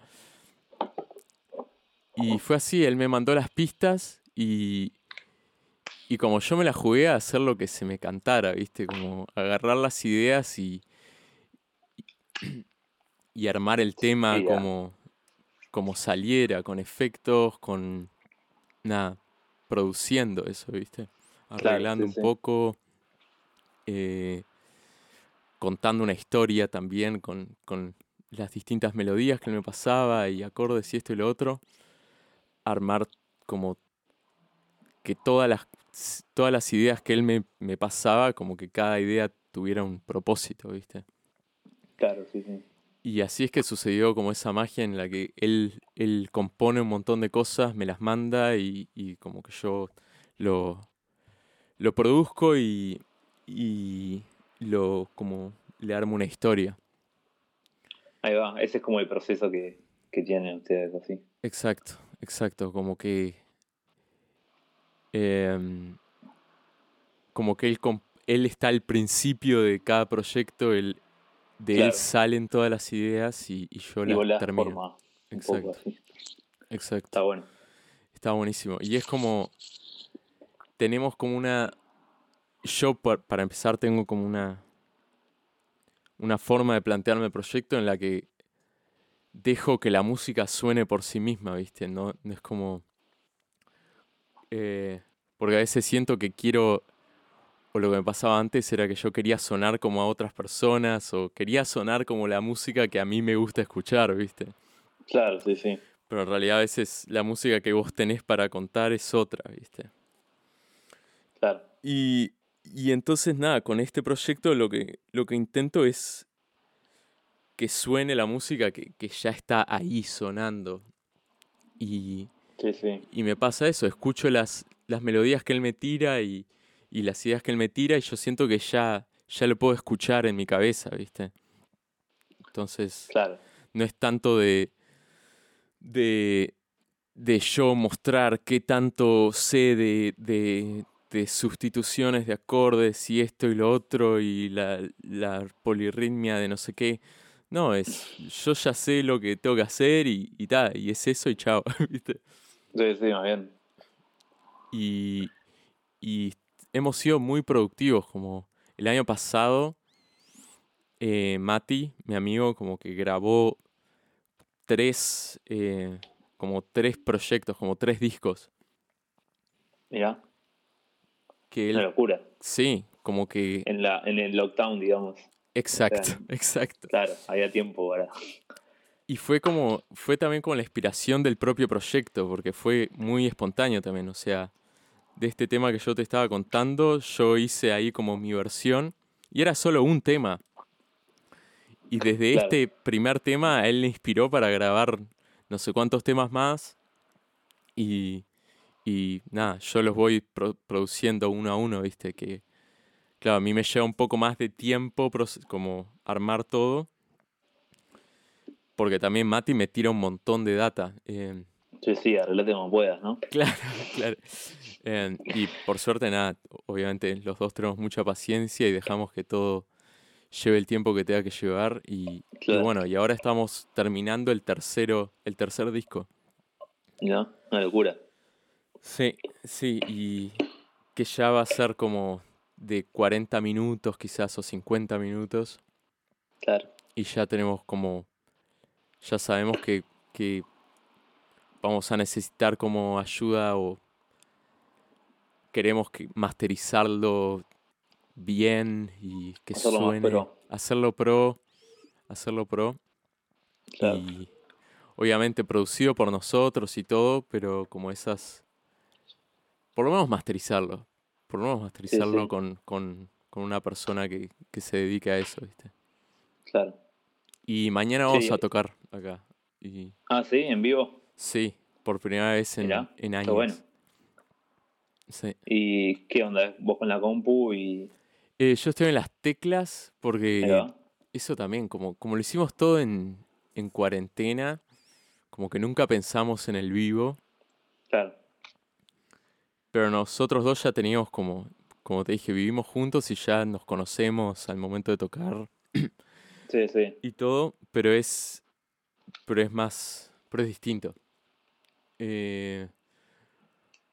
[SPEAKER 2] Y fue así, él me mandó las pistas y, y como yo me las jugué a hacer lo que se me cantara, ¿viste? Como agarrar las ideas y, y armar el tema
[SPEAKER 3] Sí, ya.
[SPEAKER 2] como, como saliera, con efectos, con nada, produciendo eso, ¿viste?
[SPEAKER 3] sí,
[SPEAKER 2] Arreglando
[SPEAKER 3] sí.
[SPEAKER 2] un poco, eh, contando una historia también con, con las distintas melodías que él me pasaba y acordes y esto y lo otro. Armar como que todas las, s- todas las ideas que él me, me pasaba, como que cada idea tuviera un propósito, ¿viste?
[SPEAKER 3] Claro, sí, sí.
[SPEAKER 2] Y así es que sucedió como esa magia en la que él, él compone un montón de cosas, me las manda y, y como que yo lo, lo produzco y, y lo como le armo una historia.
[SPEAKER 3] Ahí va. Ese es como el proceso que, que tienen ustedes, así.
[SPEAKER 2] Exacto, exacto, como que... em, como que él, com- él está al principio de cada proyecto, él, de él
[SPEAKER 3] Claro.
[SPEAKER 2] salen todas las ideas y, y yo
[SPEAKER 3] y vos
[SPEAKER 2] las
[SPEAKER 3] las
[SPEAKER 2] termino.
[SPEAKER 3] formas un
[SPEAKER 2] Exacto,
[SPEAKER 3] poco así.
[SPEAKER 2] exacto.
[SPEAKER 3] Está bueno.
[SPEAKER 2] Está buenísimo. Y es como. Tenemos como una. Yo, pa- para empezar, tengo como una. Una forma de plantearme el proyecto en la que dejo que la música suene por sí misma, ¿viste? No, no es como. eh, porque a veces siento que quiero. O lo que me pasaba antes era que yo quería sonar como a otras personas, o quería sonar como la música que a mí me gusta escuchar, ¿viste?
[SPEAKER 3] Claro, sí, sí.
[SPEAKER 2] Pero en realidad a veces la música que vos tenés para contar es otra, ¿viste?
[SPEAKER 3] Claro.
[SPEAKER 2] Y, y entonces nada, con este proyecto lo que, lo que intento es que suene la música que, que ya está ahí sonando. Y,
[SPEAKER 3] Sí, sí.
[SPEAKER 2] y me pasa eso, escucho las, las melodías que él me tira y, y las ideas que él me tira y yo siento que ya, ya lo puedo escuchar en mi cabeza, ¿viste? Entonces
[SPEAKER 3] Claro.
[SPEAKER 2] no es tanto de, de, de yo mostrar qué tanto sé de, de- de sustituciones de acordes y esto y lo otro y la, la polirritmia de no sé qué. No, es yo ya sé lo que tengo que hacer y, y ta, y es eso y chao, ¿viste?
[SPEAKER 3] Sí, sí, más bien.
[SPEAKER 2] y, y hemos sido muy productivos. Como el año pasado, eh, Mati, mi amigo, como que grabó tres, eh, como tres proyectos, como tres discos.
[SPEAKER 3] Mirá,
[SPEAKER 2] Que él,
[SPEAKER 3] una locura.
[SPEAKER 2] sí, como que,
[SPEAKER 3] En, la, en el lockdown, digamos.
[SPEAKER 2] exacto, exacto.
[SPEAKER 3] Claro, había tiempo para.
[SPEAKER 2] Y fue como, fue también como la inspiración del propio proyecto, porque fue muy espontáneo también, o sea, de este tema que yo te estaba contando, yo hice ahí como mi versión, y era solo un tema. Y desde
[SPEAKER 3] Claro.
[SPEAKER 2] este primer tema, a él le inspiró para grabar no sé cuántos temas más, y, y nada, yo los voy pro- produciendo uno a uno, viste, que claro, a mí me lleva un poco más de tiempo proce- como armar todo. Porque también Mati me tira un montón de data. em,
[SPEAKER 3] Sí, sí, arreglate como puedas, ¿no?
[SPEAKER 2] claro, claro. Em, y por suerte, nada, obviamente los dos tenemos mucha paciencia y dejamos que todo lleve el tiempo que tenga que llevar. Y, y
[SPEAKER 3] Claro.
[SPEAKER 2] bueno, y ahora estamos terminando el tercero, el tercer disco.
[SPEAKER 3] ¿no? Una locura.
[SPEAKER 2] Sí, sí, y que ya va a ser como de 40 minutos quizás o 50 minutos.
[SPEAKER 3] Claro.
[SPEAKER 2] y ya tenemos como, ya sabemos que, que vamos a necesitar como ayuda o queremos que- masterizarlo bien y que
[SPEAKER 3] Hacerlo más
[SPEAKER 2] suene,
[SPEAKER 3] pro.
[SPEAKER 2] hacerlo pro, hacerlo pro
[SPEAKER 3] Claro.
[SPEAKER 2] y obviamente producido por nosotros y todo, pero como esas, por lo menos masterizarlo, por lo menos masterizarlo
[SPEAKER 3] sí.
[SPEAKER 2] Con, con, con una persona que, que se dedique a eso, ¿viste?
[SPEAKER 3] Claro.
[SPEAKER 2] Y mañana vamos
[SPEAKER 3] Sí.
[SPEAKER 2] a tocar acá. Y
[SPEAKER 3] Ah, sí, en vivo.
[SPEAKER 2] sí, por primera vez en,
[SPEAKER 3] Mirá,
[SPEAKER 2] en años.
[SPEAKER 3] está bueno.
[SPEAKER 2] Sí.
[SPEAKER 3] ¿Y qué onda? ¿Vos con la compu y...?
[SPEAKER 2] Eh, yo estoy en las teclas
[SPEAKER 3] Ahí
[SPEAKER 2] porque
[SPEAKER 3] va.
[SPEAKER 2] eso también, como, como lo hicimos todo en, en cuarentena, como que nunca pensamos en el vivo,
[SPEAKER 3] Claro.
[SPEAKER 2] pero nosotros dos ya teníamos como, como te dije, vivimos juntos y ya nos conocemos al momento de tocar
[SPEAKER 3] Sí, sí.
[SPEAKER 2] y todo, pero es, pero es más, pero es distinto. Eh,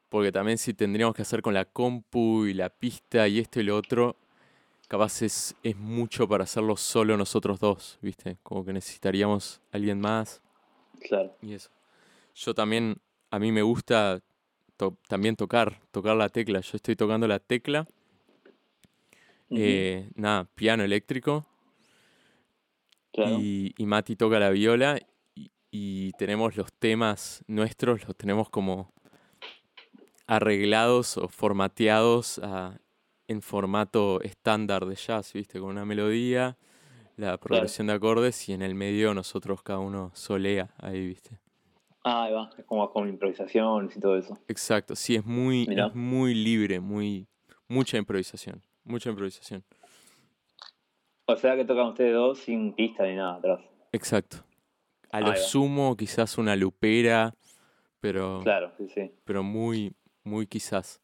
[SPEAKER 2] porque también si tendríamos que hacer con la compu y la pista y esto y lo otro, capaz es, es mucho para hacerlo solo nosotros dos, ¿viste? Como que necesitaríamos alguien más
[SPEAKER 3] Claro.
[SPEAKER 2] y eso. Yo también, a mí me gusta to- también tocar, tocar la tecla. Yo estoy tocando la tecla
[SPEAKER 3] Ujú,
[SPEAKER 2] eh, nada, piano eléctrico.
[SPEAKER 3] claro.
[SPEAKER 2] Y, y Mati toca la viola y, y tenemos los temas nuestros, los tenemos como arreglados o formateados a- en formato estándar de jazz, ¿viste? Con una melodía, la progresión de acordes y en el medio nosotros cada uno solea ahí, ¿viste?
[SPEAKER 3] Ah, ahí va. Es como con improvisaciones y todo eso.
[SPEAKER 2] Exacto, sí, es muy,
[SPEAKER 3] Mirá.
[SPEAKER 2] es muy libre, muy, mucha improvisación, mucha improvisación.
[SPEAKER 3] O sea que tocan ustedes dos sin pista ni nada atrás.
[SPEAKER 2] Exacto. A
[SPEAKER 3] Ahí
[SPEAKER 2] lo
[SPEAKER 3] va.
[SPEAKER 2] sumo quizás una lupera, pero...
[SPEAKER 3] Claro, sí, sí.
[SPEAKER 2] pero muy, muy quizás.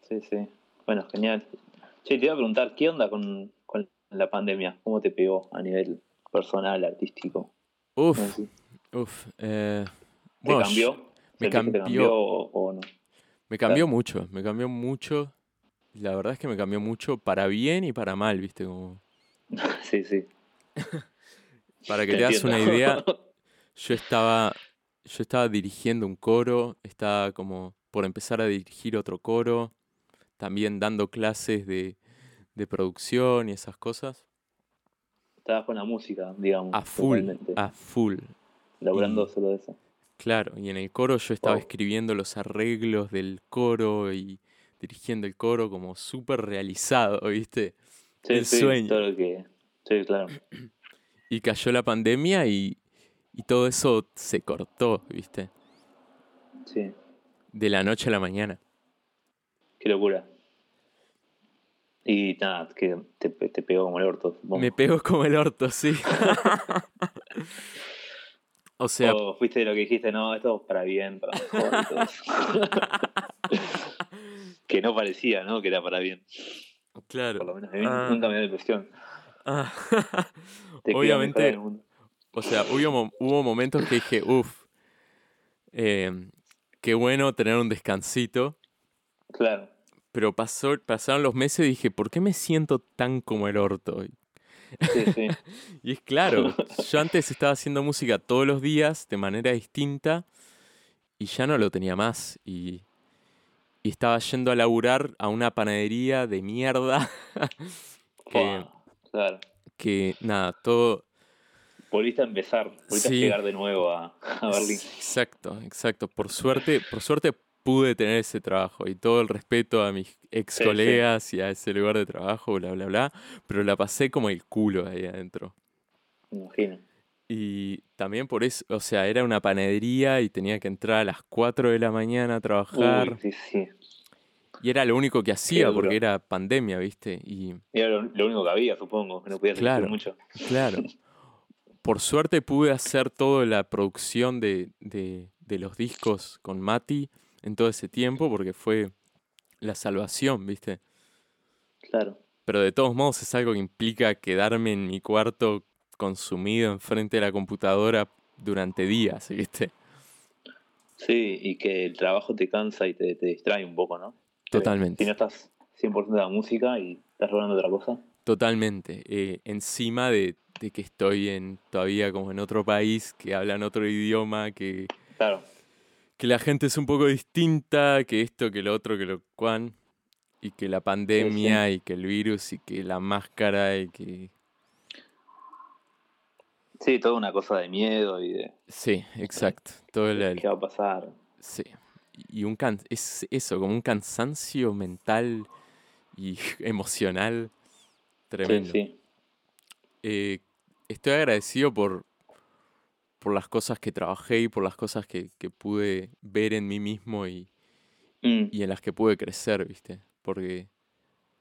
[SPEAKER 3] Sí, sí. Bueno, genial. Che, te iba a preguntar, ¿qué onda con, con la pandemia? ¿Cómo te pegó a nivel personal, artístico? No
[SPEAKER 2] Uf,
[SPEAKER 3] sé. ¿Te
[SPEAKER 2] uf. eh, bueno, yo-
[SPEAKER 3] cambió?
[SPEAKER 2] me
[SPEAKER 3] ¿Sentís que ¿Te
[SPEAKER 2] cambió.
[SPEAKER 3] cambió o, o no?
[SPEAKER 2] Me cambió mucho, me cambió mucho. La verdad es que me cambió mucho para bien y para mal, ¿viste? Como,
[SPEAKER 3] Sí, sí.
[SPEAKER 2] para que
[SPEAKER 3] Te
[SPEAKER 2] te hagas una
[SPEAKER 3] entiendo.
[SPEAKER 2] idea, yo estaba, yo estaba dirigiendo un coro, estaba como por empezar a dirigir otro coro, también dando clases de, de producción y esas cosas.
[SPEAKER 3] Estabas con la música, digamos.
[SPEAKER 2] A full,
[SPEAKER 3] totalmente.
[SPEAKER 2] a full.
[SPEAKER 3] Laburando
[SPEAKER 2] y-
[SPEAKER 3] solo de eso.
[SPEAKER 2] Claro, y en el coro yo estaba
[SPEAKER 3] Wow.
[SPEAKER 2] escribiendo los arreglos del coro y dirigiendo el coro como súper realizado, ¿viste?
[SPEAKER 3] Sí,
[SPEAKER 2] El
[SPEAKER 3] sí,
[SPEAKER 2] sueño.
[SPEAKER 3] todo lo que... Sí, claro.
[SPEAKER 2] Y cayó la pandemia y, y todo eso se cortó, ¿viste?
[SPEAKER 3] Sí,
[SPEAKER 2] De la noche a la mañana.
[SPEAKER 3] qué locura. Y nada, que te, te pegó como el orto, supongo.
[SPEAKER 2] Me pegó como el orto, sí. o sea,
[SPEAKER 3] O fuiste de lo que dijiste, no, esto es para bien, para mejor y todo eso. que no parecía, ¿no? Que era para bien. Por
[SPEAKER 2] claro.
[SPEAKER 3] lo menos a mí
[SPEAKER 2] Ah.
[SPEAKER 3] nunca me da la impresión.
[SPEAKER 2] ah,
[SPEAKER 3] Te
[SPEAKER 2] Obviamente,
[SPEAKER 3] El mundo.
[SPEAKER 2] O sea, hubo, mo- hubo momentos que dije, uff, qué bueno tener un descansito.
[SPEAKER 3] Claro,
[SPEAKER 2] Pero pasó, pasaron los meses y dije, ¿por qué me siento tan como el orto? Y-
[SPEAKER 3] sí, sí.
[SPEAKER 2] Y es claro, yo antes estaba haciendo música todos los días de manera distinta y ya no lo tenía más. Y, y estaba yendo a laburar a una panadería de mierda que,
[SPEAKER 3] Fua, Claro.
[SPEAKER 2] que nada, todo...
[SPEAKER 3] Volviste a empezar,
[SPEAKER 2] Sí.
[SPEAKER 3] volviste a llegar de nuevo a, a Berlín.
[SPEAKER 2] Exacto, exacto. Por suerte, por suerte pude tener ese trabajo y todo el respeto a mis ex
[SPEAKER 3] sí.
[SPEAKER 2] colegas y a ese lugar de trabajo, bla, bla, bla. Pero la pasé como el culo ahí adentro.
[SPEAKER 3] Me imagino.
[SPEAKER 2] Y también por eso, o sea, era una panadería y tenía que entrar a las 4 de la mañana a trabajar.
[SPEAKER 3] Uy, sí, sí.
[SPEAKER 2] Y era lo único que hacía
[SPEAKER 3] duro.
[SPEAKER 2] porque era pandemia, ¿viste? Y
[SPEAKER 3] Era lo, lo único que había, supongo. que No podías
[SPEAKER 2] Claro.
[SPEAKER 3] hacer mucho.
[SPEAKER 2] claro, por suerte pude hacer toda la producción de, de- de los discos con Mati en todo ese tiempo porque fue la salvación, ¿viste?
[SPEAKER 3] Claro.
[SPEAKER 2] Pero de todos modos es algo que implica quedarme en mi cuarto consumido enfrente de la computadora durante días, ¿viste?
[SPEAKER 3] Sí, y que el trabajo te cansa y te, te distrae un poco, ¿no?
[SPEAKER 2] Totalmente.
[SPEAKER 3] Si no estás 100% de la música y estás hablando otra cosa.
[SPEAKER 2] Totalmente. Eh, encima de, de que estoy en todavía como en otro país, que hablan otro idioma, que,
[SPEAKER 3] Claro,
[SPEAKER 2] que la gente es un poco distinta, que esto, que lo otro, que lo cuan, y que la pandemia, y que el virus, y que la máscara, y que...
[SPEAKER 3] sí, toda una cosa de miedo y de
[SPEAKER 2] Sí, exacto. Todo el, el-
[SPEAKER 3] qué va a pasar.
[SPEAKER 2] Sí. Y un can... es eso, como un cansancio mental y emocional
[SPEAKER 3] Sí,
[SPEAKER 2] tremendo.
[SPEAKER 3] sí.
[SPEAKER 2] Eh, estoy agradecido por, por las cosas que trabajé y por las cosas que, que pude ver en mí mismo y,
[SPEAKER 3] Mm,
[SPEAKER 2] y en las que pude crecer, ¿viste? Porque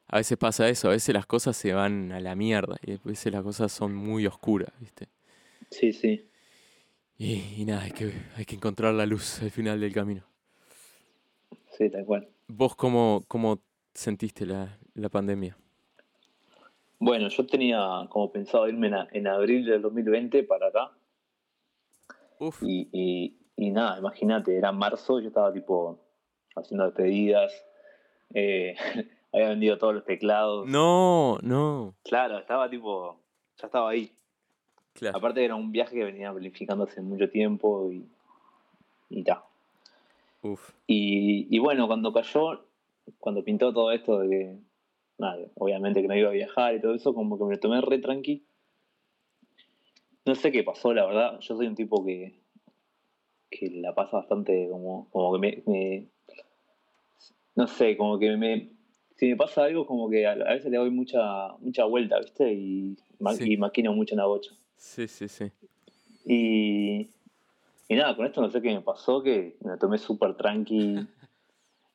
[SPEAKER 2] a veces pasa eso, a veces las cosas se van a la mierda y a veces las cosas son muy oscuras, ¿viste?
[SPEAKER 3] Sí, sí.
[SPEAKER 2] Y, y nada, hay que, hay que encontrar la luz al final del camino.
[SPEAKER 3] Sí, tal cual.
[SPEAKER 2] ¿Vos cómo, cómo sentiste la, la pandemia?
[SPEAKER 3] Bueno, yo tenía como pensado irme en, a- en abril del 2020 para acá.
[SPEAKER 2] Uf,
[SPEAKER 3] Y, y- y nada, imagínate, era marzo, yo estaba tipo haciendo despedidas. eh, había vendido todos los teclados.
[SPEAKER 2] no, no.
[SPEAKER 3] Claro, estaba tipo. Ya estaba ahí.
[SPEAKER 2] Claro,
[SPEAKER 3] Aparte era un viaje que venía planificando hace mucho tiempo y. Y ta.
[SPEAKER 2] uf,
[SPEAKER 3] Y, y bueno, cuando cayó, cuando pintó todo esto de que, nada, que obviamente que no iba a viajar y todo eso, como que me lo tomé re tranqui. No sé qué pasó, la verdad. Yo soy un tipo que, que la pasa bastante como, como que me, me- No sé, como que me... Si me pasa algo, como que a, a veces le doy mucha mucha vuelta, ¿viste? Y, ma-
[SPEAKER 2] Sí.
[SPEAKER 3] y maquino mucho en la bocha.
[SPEAKER 2] sí, sí, sí.
[SPEAKER 3] Y, y nada, con esto no sé qué me pasó, que me lo tomé súper tranqui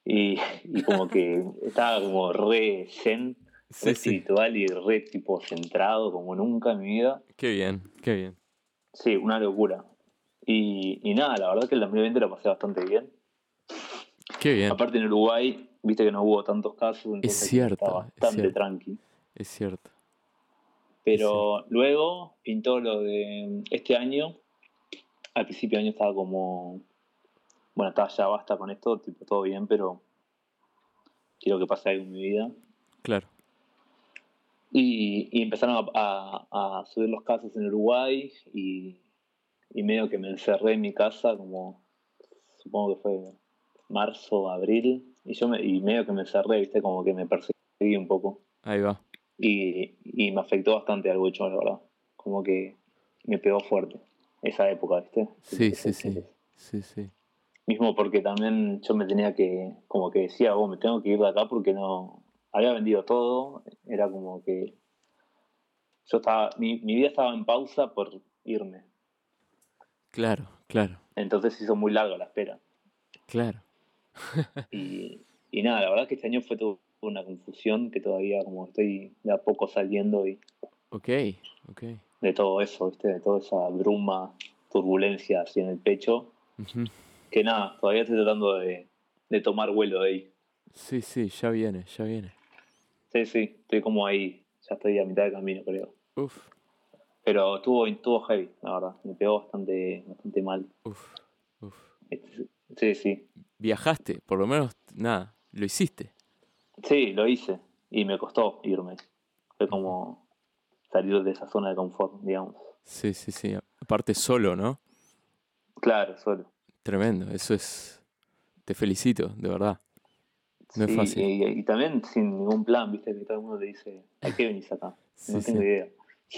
[SPEAKER 3] y, y como que estaba como re zen, re
[SPEAKER 2] Sí, sí.
[SPEAKER 3] espiritual y re tipo centrado como nunca en mi vida.
[SPEAKER 2] Qué bien, qué bien.
[SPEAKER 3] Sí, una locura. Y, y nada, la verdad que el 2020 lo pasé bastante bien.
[SPEAKER 2] Qué bien,
[SPEAKER 3] Aparte en Uruguay, viste que no hubo tantos casos, entonces
[SPEAKER 2] cierto,
[SPEAKER 3] estaba
[SPEAKER 2] es
[SPEAKER 3] bastante
[SPEAKER 2] cierto.
[SPEAKER 3] tranqui.
[SPEAKER 2] es cierto.
[SPEAKER 3] Pero luego pintó lo de este año. Al principio del año estaba como. Bueno, estaba ya basta con esto, tipo, todo bien, pero quiero que pase algo en mi vida.
[SPEAKER 2] Claro,
[SPEAKER 3] Y, y empezaron a, a- a subir los casos en Uruguay y, y medio que me encerré en mi casa, como supongo que fue marzo, abril, y yo me- y medio que me encerré, viste, como que me perseguí un poco.
[SPEAKER 2] ahí va.
[SPEAKER 3] Y, y me afectó bastante algo hecho, la verdad. Como que me pegó fuerte esa época, ¿viste?
[SPEAKER 2] Sí,
[SPEAKER 3] Ese-
[SPEAKER 2] sí, sí.
[SPEAKER 3] ese-
[SPEAKER 2] Sí, sí.
[SPEAKER 3] Mismo porque también yo me tenía que, como que decía, vos me tengo que ir de acá porque no. Había vendido todo, era como que. Yo estaba. Mi, mi vida estaba en pausa por irme.
[SPEAKER 2] Claro, claro,
[SPEAKER 3] Entonces se hizo muy larga la espera.
[SPEAKER 2] claro.
[SPEAKER 3] Y, y nada, la verdad que este año fue toda una confusión que todavía, como estoy de a poco saliendo y
[SPEAKER 2] Ok, ok.
[SPEAKER 3] de todo eso, ¿viste? De toda esa bruma, turbulencia así en el pecho.
[SPEAKER 2] Ujú.
[SPEAKER 3] Que nada, todavía estoy tratando de, de tomar vuelo de ahí.
[SPEAKER 2] Sí, sí, ya viene, ya viene.
[SPEAKER 3] Sí, sí, estoy como ahí. Ya estoy a mitad de camino, creo.
[SPEAKER 2] Uf,
[SPEAKER 3] Pero estuvo, estuvo heavy, la verdad. Me pegó bastante, bastante mal.
[SPEAKER 2] uf, uf.
[SPEAKER 3] Este- Sí, sí.
[SPEAKER 2] Viajaste, por lo menos, nada, lo hiciste.
[SPEAKER 3] Sí, lo hice. Y me costó irme. Fue como salir de esa zona de confort, digamos.
[SPEAKER 2] Sí, sí, sí. Aparte solo, ¿no?
[SPEAKER 3] Claro, solo.
[SPEAKER 2] Tremendo, eso es... Te felicito, de verdad. No es
[SPEAKER 3] Sí,
[SPEAKER 2] fácil.
[SPEAKER 3] Y, y también sin ningún plan, viste, que todo el mundo te dice, ¿a qué venís acá?
[SPEAKER 2] Sí,
[SPEAKER 3] No
[SPEAKER 2] sí.
[SPEAKER 3] tengo idea.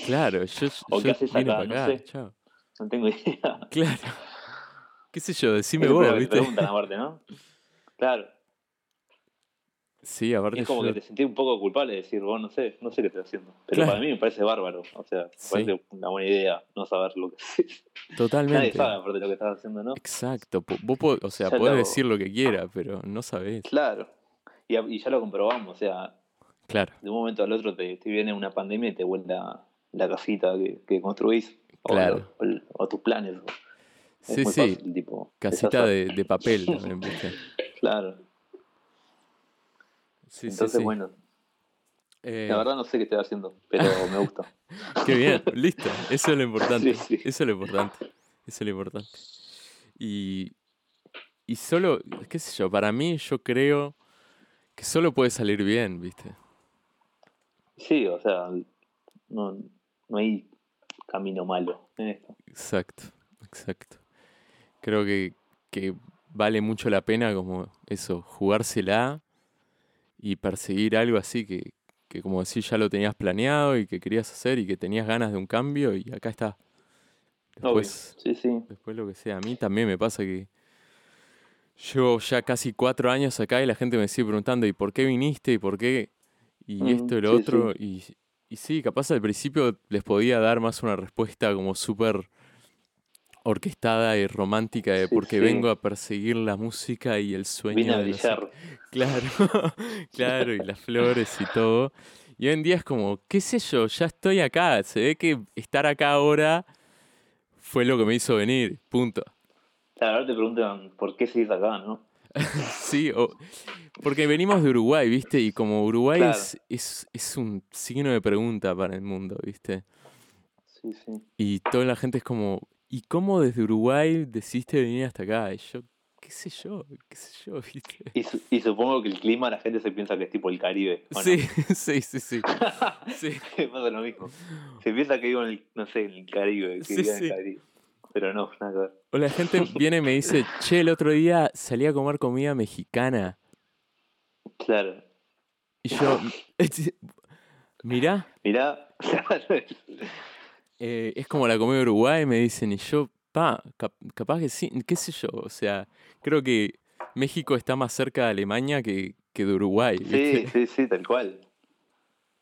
[SPEAKER 2] Claro, yo,
[SPEAKER 3] ¿O qué
[SPEAKER 2] yo
[SPEAKER 3] haces
[SPEAKER 2] vine
[SPEAKER 3] acá?
[SPEAKER 2] para
[SPEAKER 3] No
[SPEAKER 2] acá,
[SPEAKER 3] sé.
[SPEAKER 2] chao.
[SPEAKER 3] No tengo idea.
[SPEAKER 2] Claro. ¿Qué sé yo? Decime
[SPEAKER 3] Eso es lo
[SPEAKER 2] vos,
[SPEAKER 3] que te
[SPEAKER 2] ¿viste?
[SPEAKER 3] preguntan aparte, ¿no? Claro.
[SPEAKER 2] Sí, aparte
[SPEAKER 3] Es como
[SPEAKER 2] yo-
[SPEAKER 3] que te sentís un poco culpable de decir, vos no sé, no sé qué estoy haciendo. Pero
[SPEAKER 2] Claro.
[SPEAKER 3] para mí me parece bárbaro. O sea, me
[SPEAKER 2] Sí.
[SPEAKER 3] parece una buena idea no saber lo que haces. Nadie
[SPEAKER 2] Totalmente.
[SPEAKER 3] sabe aparte lo que estás haciendo, ¿no?
[SPEAKER 2] Exacto. po- Vos, po- o sea,
[SPEAKER 3] Ya
[SPEAKER 2] podés
[SPEAKER 3] lo- ah.
[SPEAKER 2] decir lo que quieras, pero no sabés.
[SPEAKER 3] Claro. Y, a- y ya lo comprobamos. O sea,
[SPEAKER 2] Claro,
[SPEAKER 3] de un momento al otro te, te viene una pandemia y te vuelta la casita que, que construís. O,
[SPEAKER 2] Claro.
[SPEAKER 3] lo- o el- o tus planes. Es
[SPEAKER 2] Sí,
[SPEAKER 3] muy
[SPEAKER 2] sí.
[SPEAKER 3] fácil, tipo.
[SPEAKER 2] casita
[SPEAKER 3] deshacer.
[SPEAKER 2] de, de papel también, ¿viste?
[SPEAKER 3] Claro.
[SPEAKER 2] Sí, sí,
[SPEAKER 3] Entonces,
[SPEAKER 2] sí.
[SPEAKER 3] bueno.
[SPEAKER 2] Eh,
[SPEAKER 3] La verdad no sé qué estoy haciendo, pero me gusta.
[SPEAKER 2] Qué bien, listo. Eso es lo importante.
[SPEAKER 3] Sí, sí.
[SPEAKER 2] Eso es lo importante. Eso es lo importante. Y, y solo, qué sé yo, para mí yo creo que solo puede salir bien, ¿viste?
[SPEAKER 3] Sí, o sea, no, no hay camino malo en esto.
[SPEAKER 2] Exacto, exacto. Creo que, que vale mucho la pena como eso, jugársela y perseguir algo así que, que como decís ya lo tenías planeado y que querías hacer y que tenías ganas de un cambio y acá está.
[SPEAKER 3] Obvio.
[SPEAKER 2] Después,
[SPEAKER 3] Sí, sí.
[SPEAKER 2] después lo que sea. A mí también me pasa que llevo ya casi cuatro años acá y la gente me sigue preguntando, ¿y por qué viniste? ¿Y por qué? Y
[SPEAKER 3] Mm,
[SPEAKER 2] esto y lo
[SPEAKER 3] sí,
[SPEAKER 2] otro. Y, y sí, capaz al principio les podía dar más una respuesta como súper orquestada y romántica de
[SPEAKER 3] Sí,
[SPEAKER 2] porque
[SPEAKER 3] sí.
[SPEAKER 2] vengo a perseguir la música y el sueño.
[SPEAKER 3] Vine a
[SPEAKER 2] de no sé
[SPEAKER 3] brillar.
[SPEAKER 2] Claro, claro, y las flores y todo. Y hoy en día es como, qué sé yo, ya estoy acá. Se ve que estar acá ahora fue lo que me hizo venir, punto.
[SPEAKER 3] Claro, ahora te preguntan por qué seguís acá, ¿no?
[SPEAKER 2] Sí, o- porque venimos de Uruguay, ¿viste? Y como Uruguay
[SPEAKER 3] Claro.
[SPEAKER 2] es, es, es un signo de pregunta para el mundo, ¿viste?
[SPEAKER 3] Sí, sí.
[SPEAKER 2] Y toda la gente es como, ¿y cómo desde Uruguay decidiste venir hasta acá? Y yo, qué sé yo, qué sé yo, ¿viste?
[SPEAKER 3] Y, su- y supongo que el clima la gente se piensa que es tipo el Caribe. ¿o no?
[SPEAKER 2] Sí, sí, sí, sí. Sí,
[SPEAKER 3] Me pasa lo mismo. Se piensa que vivo en el, no sé, en el Caribe, que
[SPEAKER 2] Sí,
[SPEAKER 3] vivía en
[SPEAKER 2] sí.
[SPEAKER 3] el Caribe. Pero no, nada que ver.
[SPEAKER 2] O la gente viene y me dice, che, el otro día salí a comer comida mexicana.
[SPEAKER 3] Claro.
[SPEAKER 2] Y yo, mirá,
[SPEAKER 3] Mirá,
[SPEAKER 2] eh, es como la comida de Uruguay, me dicen, y yo, pa, cap- capaz que sí, qué sé yo, o sea, creo que México está más cerca de Alemania que, que de Uruguay. ¿viste?
[SPEAKER 3] sí, sí, sí, tal cual.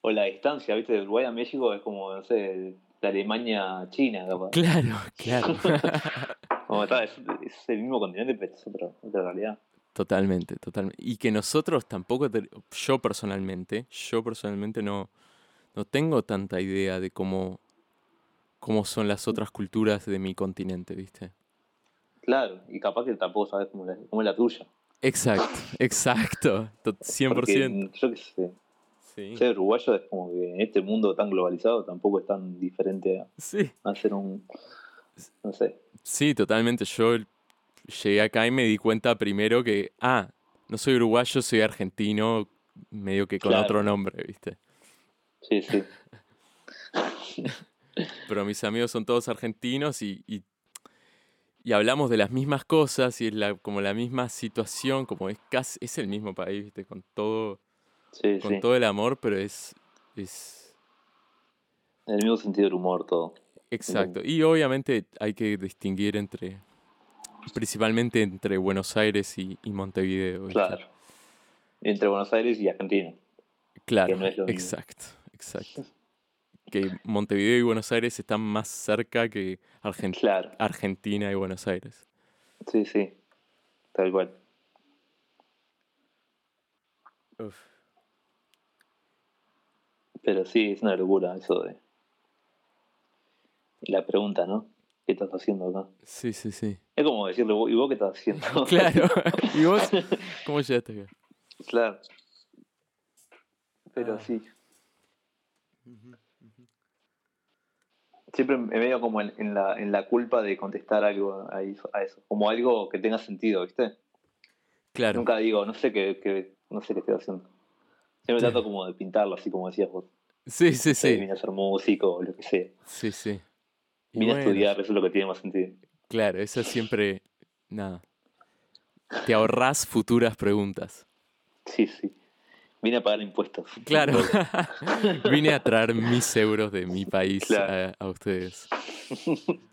[SPEAKER 3] O la distancia, viste, de Uruguay a México es como, no sé, de Alemania a China, capaz.
[SPEAKER 2] Claro, claro.
[SPEAKER 3] Como está, es, es el mismo continente, pero es otra, otra realidad.
[SPEAKER 2] Totalmente, totalmente. Y que nosotros tampoco, te- yo personalmente, yo personalmente no, no tengo tanta idea de cómo, cómo son las otras culturas de mi continente, ¿viste?
[SPEAKER 3] Claro, y capaz que tampoco sabes cómo, la- cómo es la tuya.
[SPEAKER 2] Exacto, exacto, to- 100%.
[SPEAKER 3] Porque, mm, yo qué sé,
[SPEAKER 2] sí.
[SPEAKER 3] ser uruguayo es como que en este mundo tan globalizado tampoco es tan diferente a,
[SPEAKER 2] sí,
[SPEAKER 3] a ser un. No sé.
[SPEAKER 2] sí, totalmente. Yo llegué acá y me di cuenta primero que, ah, no soy uruguayo, soy argentino, medio que con
[SPEAKER 3] Claro.
[SPEAKER 2] otro nombre, ¿viste?
[SPEAKER 3] Sí, sí.
[SPEAKER 2] pero mis amigos son todos argentinos y, y, y hablamos de las mismas cosas y es la, como la misma situación, como es casi, es el mismo país, ¿viste? Con todo,
[SPEAKER 3] Sí,
[SPEAKER 2] con
[SPEAKER 3] sí.
[SPEAKER 2] todo el amor, pero es, es
[SPEAKER 3] En el mismo sentido del humor, todo.
[SPEAKER 2] exacto. Y obviamente hay que distinguir entre, principalmente entre Buenos Aires y, y Montevideo. ¿viste?
[SPEAKER 3] Claro. Entre Buenos Aires y Argentina.
[SPEAKER 2] Claro,
[SPEAKER 3] no es lo mismo.
[SPEAKER 2] exacto, exacto. Que Montevideo y Buenos Aires están más cerca que Argen-
[SPEAKER 3] Claro.
[SPEAKER 2] Argentina y Buenos Aires.
[SPEAKER 3] Sí, sí. Tal cual.
[SPEAKER 2] Uf.
[SPEAKER 3] Pero sí, es una locura eso de. La pregunta, ¿no? ¿Qué estás haciendo acá?
[SPEAKER 2] Sí, sí, sí.
[SPEAKER 3] Es como decirle, "¿Vos- ¿y vos qué estás haciendo?
[SPEAKER 2] Claro. ¿Y vos cómo llegaste acá?
[SPEAKER 3] Claro. Pero
[SPEAKER 2] Ah.
[SPEAKER 3] sí. Siempre me veo como en, en la, en la culpa de contestar algo a eso, a eso. Como algo que tenga sentido, ¿viste?
[SPEAKER 2] Claro.
[SPEAKER 3] Nunca digo, no sé qué, qué- no sé qué estoy haciendo. Siempre
[SPEAKER 2] Claro.
[SPEAKER 3] trato como de pintarlo, así como decías vos.
[SPEAKER 2] Sí, sí,
[SPEAKER 3] Sí.
[SPEAKER 2] sí.
[SPEAKER 3] Vine a ser músico o lo que sea.
[SPEAKER 2] Sí, sí. Y
[SPEAKER 3] Vine a
[SPEAKER 2] bueno,
[SPEAKER 3] estudiar, eso es lo que tiene más sentido.
[SPEAKER 2] Claro, eso siempre. Nada. Te ahorrás futuras preguntas.
[SPEAKER 3] Sí, sí. Vine a pagar impuestos.
[SPEAKER 2] Claro. Vine a traer mis euros de mi país
[SPEAKER 3] Claro.
[SPEAKER 2] a, a ustedes.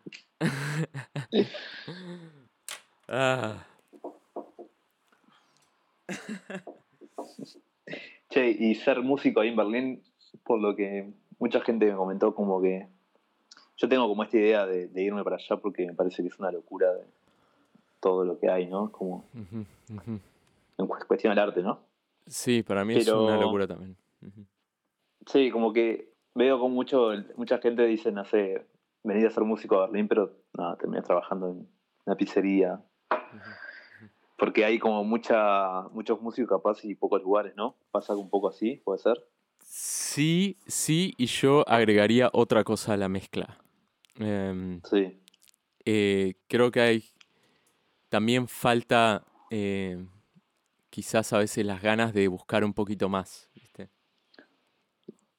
[SPEAKER 2] Ah,
[SPEAKER 3] Che, y ser músico ahí en Berlín, por lo que mucha gente me comentó como que yo tengo como esta idea de, de irme para allá porque me parece que es una locura de todo lo que hay, ¿no? Como
[SPEAKER 2] ujú, ujú.
[SPEAKER 3] en cu- cuestión del arte, ¿no?
[SPEAKER 2] Sí, para mí es una
[SPEAKER 3] Pero-
[SPEAKER 2] locura también. Ujú.
[SPEAKER 3] Sí, como que veo como mucho, mucha gente dice, no sé, venir a ser músico a Berlín, pero nada, terminas trabajando en una pizzería. Porque hay como mucha, muchos músicos capaz y pocos lugares, ¿no? Pasa un poco así, puede ser.
[SPEAKER 2] Sí, sí, y yo agregaría otra cosa a la mezcla. Em,
[SPEAKER 3] Sí,
[SPEAKER 2] eh, creo que hay también falta eh, quizás a veces las ganas de buscar un poquito más ¿viste?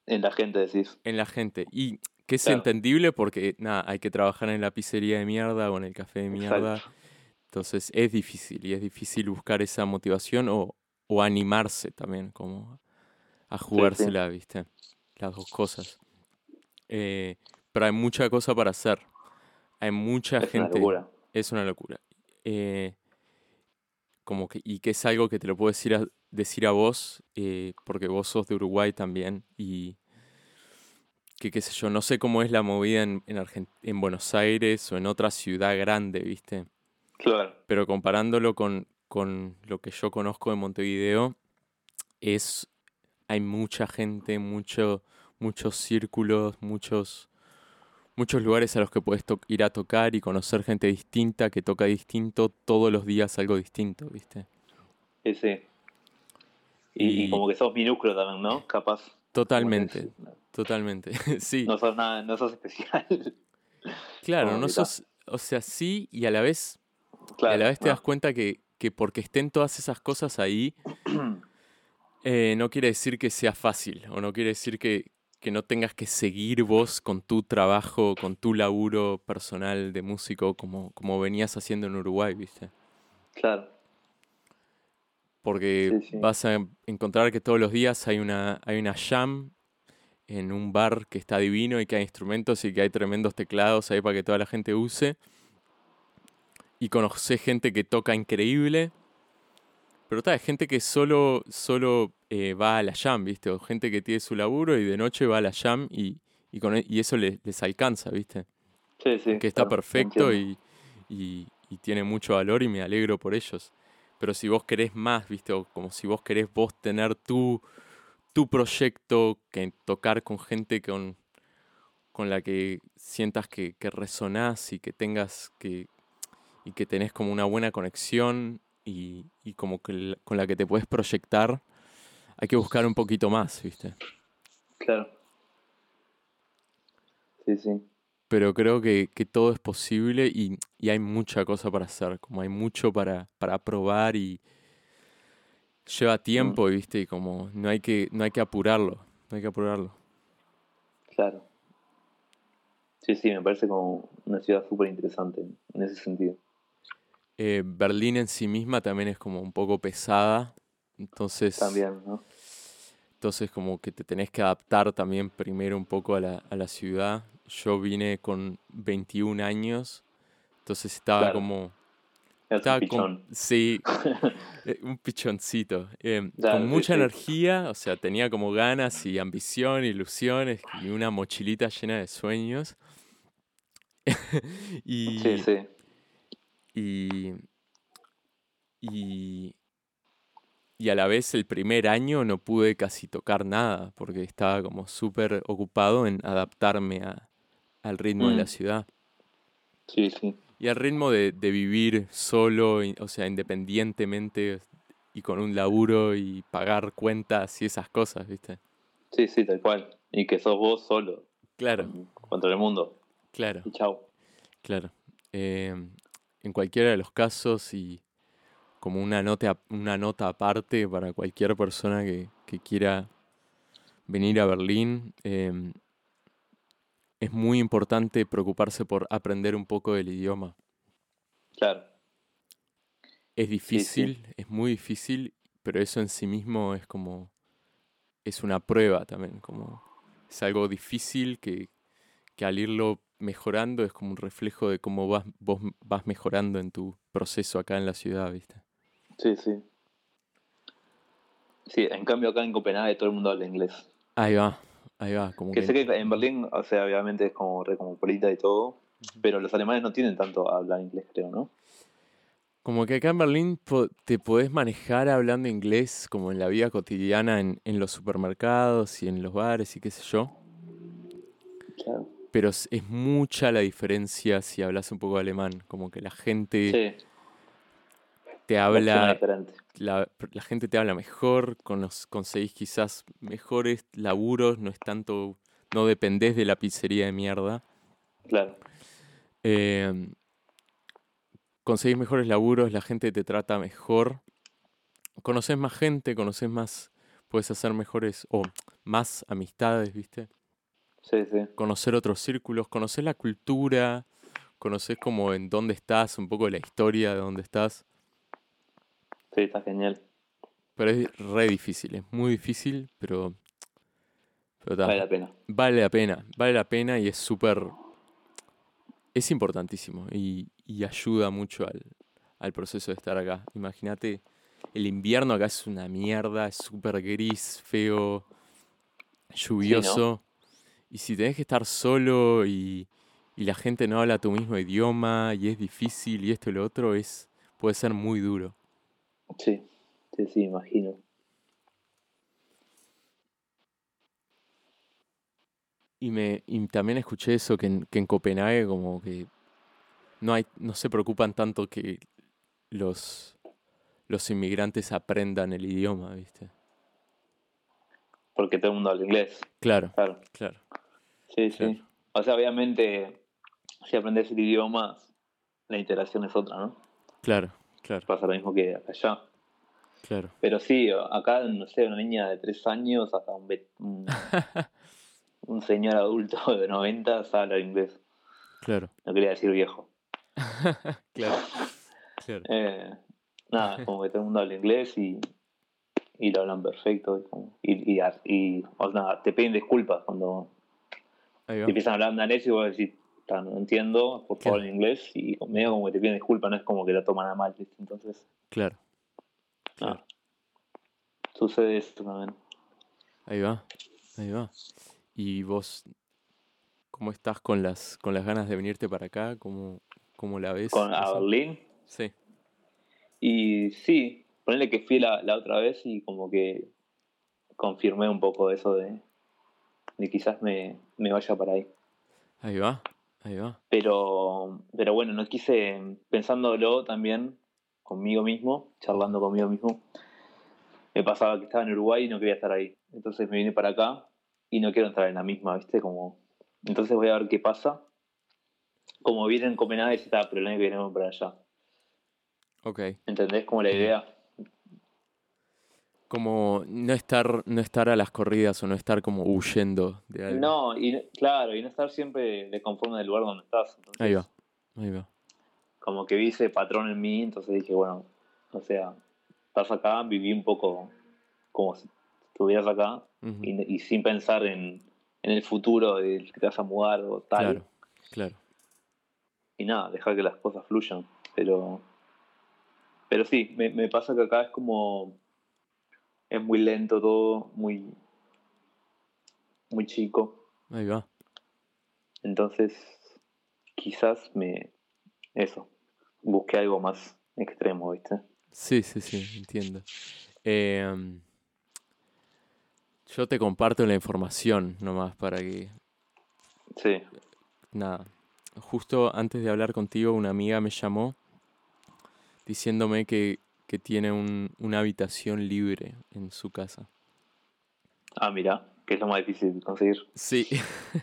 [SPEAKER 3] en la gente decís.
[SPEAKER 2] en la gente y que es
[SPEAKER 3] Claro.
[SPEAKER 2] entendible porque nada hay que trabajar en la pizzería de mierda o en el café de mierda
[SPEAKER 3] Exacto.
[SPEAKER 2] entonces es difícil y es difícil buscar esa motivación o, o animarse también como a jugársela viste las dos cosas Eh, pero hay mucha cosa para hacer hay mucha
[SPEAKER 3] Es una
[SPEAKER 2] gente
[SPEAKER 3] locura.
[SPEAKER 2] es una locura. Eh, como que, y que es algo que te lo puedo decir a, decir a vos, eh, porque vos sos de Uruguay también, y que qué sé yo, no sé cómo es la movida en, en, Argen- en Buenos Aires o en otra ciudad grande, ¿viste?
[SPEAKER 3] Claro,
[SPEAKER 2] Pero comparándolo con, con lo que yo conozco de Montevideo, es, hay mucha gente, mucho, muchos círculos, muchos, muchos lugares a los que puedes ir a tocar y conocer gente distinta que toca distinto todos los días algo distinto, ¿viste?
[SPEAKER 3] ese. Y, y
[SPEAKER 2] Y-
[SPEAKER 3] como que sos minúsculo también, ¿no? Capaz.
[SPEAKER 2] Totalmente, totalmente. sí,
[SPEAKER 3] No sos nada, no sos especial.
[SPEAKER 2] claro, no
[SPEAKER 3] complicado.
[SPEAKER 2] sos, o sea, sí y a la vez, y
[SPEAKER 3] claro. ah.
[SPEAKER 2] a la vez te
[SPEAKER 3] no.
[SPEAKER 2] das cuenta que, que porque estén todas esas cosas ahí, Eh, no quiere decir que sea fácil o no quiere decir que, que no tengas que seguir vos con tu trabajo, con tu laburo personal de músico como, como venías haciendo en Uruguay, ¿viste?
[SPEAKER 3] Claro,
[SPEAKER 2] Porque
[SPEAKER 3] Sí, sí.
[SPEAKER 2] vas a en- encontrar que todos los días hay una, hay una jam en un bar que está divino y que hay instrumentos y que hay tremendos teclados ahí para que toda la gente use. Y conoces gente que toca increíble. Pero está, hay gente que solo, solo eh, va a la jam, ¿viste? O gente que tiene su laburo y de noche va a la jam y, y, con, e- y eso le- les alcanza, ¿viste?
[SPEAKER 3] sí, sí.
[SPEAKER 2] que está
[SPEAKER 3] claro,
[SPEAKER 2] perfecto
[SPEAKER 3] entiendo.
[SPEAKER 2] y, y- y tiene mucho valor y me alegro por ellos. Pero si vos querés más, ¿viste? O como si vos querés vos tener tu, tu proyecto, que tocar con gente con, con la que sientas que, que resonás y que tengas que. y que tenés como una buena conexión y, y como que la- con la que te puedes proyectar, hay que buscar un poquito más, ¿viste?
[SPEAKER 3] Claro. Sí, sí.
[SPEAKER 2] pero creo que, que todo es posible y, y hay mucha cosa para hacer, como hay mucho para, para probar y
[SPEAKER 3] Mm.
[SPEAKER 2] lleva tiempo, ¿viste? Y como no hay que, no hay que apurarlo, no hay que apurarlo.
[SPEAKER 3] Claro. Sí, sí, me parece como una ciudad súper interesante en ese sentido.
[SPEAKER 2] Eh, Berlín en sí misma también es como un poco pesada, entonces,
[SPEAKER 3] También, ¿no?
[SPEAKER 2] entonces como que te tenés que adaptar también primero un poco a la, a la ciudad. Yo vine con 21 años, entonces estaba
[SPEAKER 3] Claro.
[SPEAKER 2] como...
[SPEAKER 3] Es
[SPEAKER 2] Estaba
[SPEAKER 3] un
[SPEAKER 2] con-
[SPEAKER 3] pichón.
[SPEAKER 2] sí, eh, un pichoncito. eh,
[SPEAKER 3] Claro,
[SPEAKER 2] con
[SPEAKER 3] sí,
[SPEAKER 2] mucha
[SPEAKER 3] sí.
[SPEAKER 2] energía, o sea, tenía como ganas y ambición, ilusiones y una mochilita llena de sueños. y,
[SPEAKER 3] Sí, sí.
[SPEAKER 2] y, y, y a la vez el primer año no pude casi tocar nada porque estaba como súper ocupado en adaptarme a- al ritmo de la
[SPEAKER 3] Mm.
[SPEAKER 2] ciudad.
[SPEAKER 3] Sí, sí.
[SPEAKER 2] Y al ritmo de, de vivir solo, y- o sea, independientemente y con un laburo y pagar cuentas y esas cosas, ¿viste?
[SPEAKER 3] Sí, sí, tal cual. Y que sos vos solo
[SPEAKER 2] Claro,
[SPEAKER 3] contra el mundo.
[SPEAKER 2] claro,
[SPEAKER 3] Y chao.
[SPEAKER 2] claro. Eh, en cualquiera de los casos y como una nota, una nota aparte para cualquier persona que, que quiera venir a Berlín, eh, es muy importante preocuparse por aprender un poco del idioma.
[SPEAKER 3] Claro.
[SPEAKER 2] Es
[SPEAKER 3] sí.
[SPEAKER 2] difícil, es muy difícil, pero eso en sí mismo es como, es una prueba también, como es algo difícil que, que al irlo mejorando es como un reflejo de cómo vas, vos m- vas mejorando en tu proceso acá en la ciudad, ¿viste?
[SPEAKER 3] Sí, sí. Sí, en cambio acá en Copenhague todo el mundo habla inglés.
[SPEAKER 2] Ahí va, ahí va, como
[SPEAKER 3] Que
[SPEAKER 2] que-
[SPEAKER 3] sé que en Berlín, o sea, obviamente es como re cosmopolita y todo, pero los alemanes no tienen tanto a hablar inglés, creo, ¿no?
[SPEAKER 2] Como que acá en Berlín po- te podés manejar hablando inglés como en la vida cotidiana, en, en los supermercados y en los bares y qué sé yo.
[SPEAKER 3] Claro.
[SPEAKER 2] Pero es, es mucha la diferencia si hablas un poco de alemán. Como que la gente
[SPEAKER 3] Sí,
[SPEAKER 2] te
[SPEAKER 3] persona
[SPEAKER 2] habla,
[SPEAKER 3] diferente.
[SPEAKER 2] la, la gente te habla mejor, conos- conseguís quizás mejores laburos, no es tanto, no dependés de la pizzería de mierda.
[SPEAKER 3] Claro,
[SPEAKER 2] Eh, conseguís mejores laburos, la gente te trata mejor, conoces más gente, conoces más, puedes hacer mejores o más amistades, ¿viste?
[SPEAKER 3] sí, sí.
[SPEAKER 2] Conocer otros círculos, conocer la cultura, conoces como en dónde estás, un poco la historia de dónde estás,
[SPEAKER 3] Sí, está genial.
[SPEAKER 2] pero es re difícil, es muy difícil, pero pero ta,
[SPEAKER 3] Vale la pena.
[SPEAKER 2] vale la pena, vale la pena y es súper es importantísimo y, y ayuda mucho al, al proceso de estar acá. Imagínate, el invierno acá es una mierda, es súper gris, feo, lluvioso. Y si tenés que estar solo y, y la gente no habla tu mismo idioma y es difícil y esto y lo otro, es, puede ser muy duro.
[SPEAKER 3] Sí, sí, sí, imagino.
[SPEAKER 2] Y, me, y también escuché eso, que en, que en Copenhague como que no, hay, no se preocupan tanto que los, los inmigrantes aprendan el idioma, ¿viste?
[SPEAKER 3] Porque todo el mundo habla inglés,
[SPEAKER 2] Claro,
[SPEAKER 3] claro.
[SPEAKER 2] claro.
[SPEAKER 3] Sí, sí.
[SPEAKER 2] Claro.
[SPEAKER 3] O sea, obviamente, si aprendes el idioma, la interacción es otra, ¿no?
[SPEAKER 2] Claro, claro,
[SPEAKER 3] Pasa lo mismo que acá allá.
[SPEAKER 2] claro.
[SPEAKER 3] Pero sí, acá, no sé, una niña de tres años hasta un, ve- un, un señor adulto de 90 habla inglés.
[SPEAKER 2] Claro,
[SPEAKER 3] No quería decir viejo.
[SPEAKER 2] claro, claro.
[SPEAKER 3] Eh, nada, como que todo el mundo habla inglés y, y lo hablan perfecto. Y, como- y, y, y, o sea, te piden disculpas cuando
[SPEAKER 2] Ahí
[SPEAKER 3] te
[SPEAKER 2] va.
[SPEAKER 3] empiezan a hablar en inglés y vos decís, "Ta, no entiendo, por favor
[SPEAKER 2] Claro.
[SPEAKER 3] en inglés. Y medio como que te piden disculpas, no es como que la toman a mal, ¿viste? Entonces,
[SPEAKER 2] Claro,
[SPEAKER 3] nada.
[SPEAKER 2] Claro.
[SPEAKER 3] Sucede esto también.
[SPEAKER 2] ahí va, ahí va. ¿Y vos cómo estás con las con las ganas de venirte para acá? ¿Cómo, cómo la ves?
[SPEAKER 3] Con, a
[SPEAKER 2] eso?
[SPEAKER 3] Berlín.
[SPEAKER 2] Sí,
[SPEAKER 3] Y sí, ponerle que fui la, la otra vez y como que confirmé un poco eso de, de quizás me, me vaya para ahí.
[SPEAKER 2] ahí va, ahí va.
[SPEAKER 3] Pero, pero bueno, no quise, pensándolo también conmigo mismo, charlando conmigo mismo, me pasaba que estaba en Uruguay y no quería estar ahí. Entonces me vine para acá y no quiero entrar en la misma, ¿viste? Como, entonces voy a ver qué pasa. Como vienen en Copenhague, se estaba, pero el año que viene vamos para allá.
[SPEAKER 2] Ok.
[SPEAKER 3] ¿Entendés como la idea?
[SPEAKER 2] Como no estar, no estar a las corridas o no estar como huyendo de algo.
[SPEAKER 3] No, y no- claro, y no estar siempre de conforme del lugar donde estás. Entonces,
[SPEAKER 2] Ahí va, ahí va.
[SPEAKER 3] Como que vi ese patrón en mí, entonces dije, bueno, o sea, estás acá, viví un poco como si estuvieras acá
[SPEAKER 2] Ujú,
[SPEAKER 3] y, y sin pensar en, en el futuro de que te vas a mudar o tal.
[SPEAKER 2] Claro, claro.
[SPEAKER 3] Y nada, dejar que las cosas fluyan. Pero, pero sí, me, me pasa que acá es como, es muy lento todo, muy, muy chico.
[SPEAKER 2] Ahí va.
[SPEAKER 3] Entonces, quizás me. Eso. Busqué algo más extremo, ¿viste?
[SPEAKER 2] Sí, sí, sí, entiendo. Em, yo te comparto la información nomás para que
[SPEAKER 3] Sí.
[SPEAKER 2] Nada. Justo antes de hablar contigo, una amiga me llamó diciéndome que, que tiene un- una habitación libre en su casa.
[SPEAKER 3] Ah, mira, que es lo más difícil de conseguir.
[SPEAKER 2] Sí.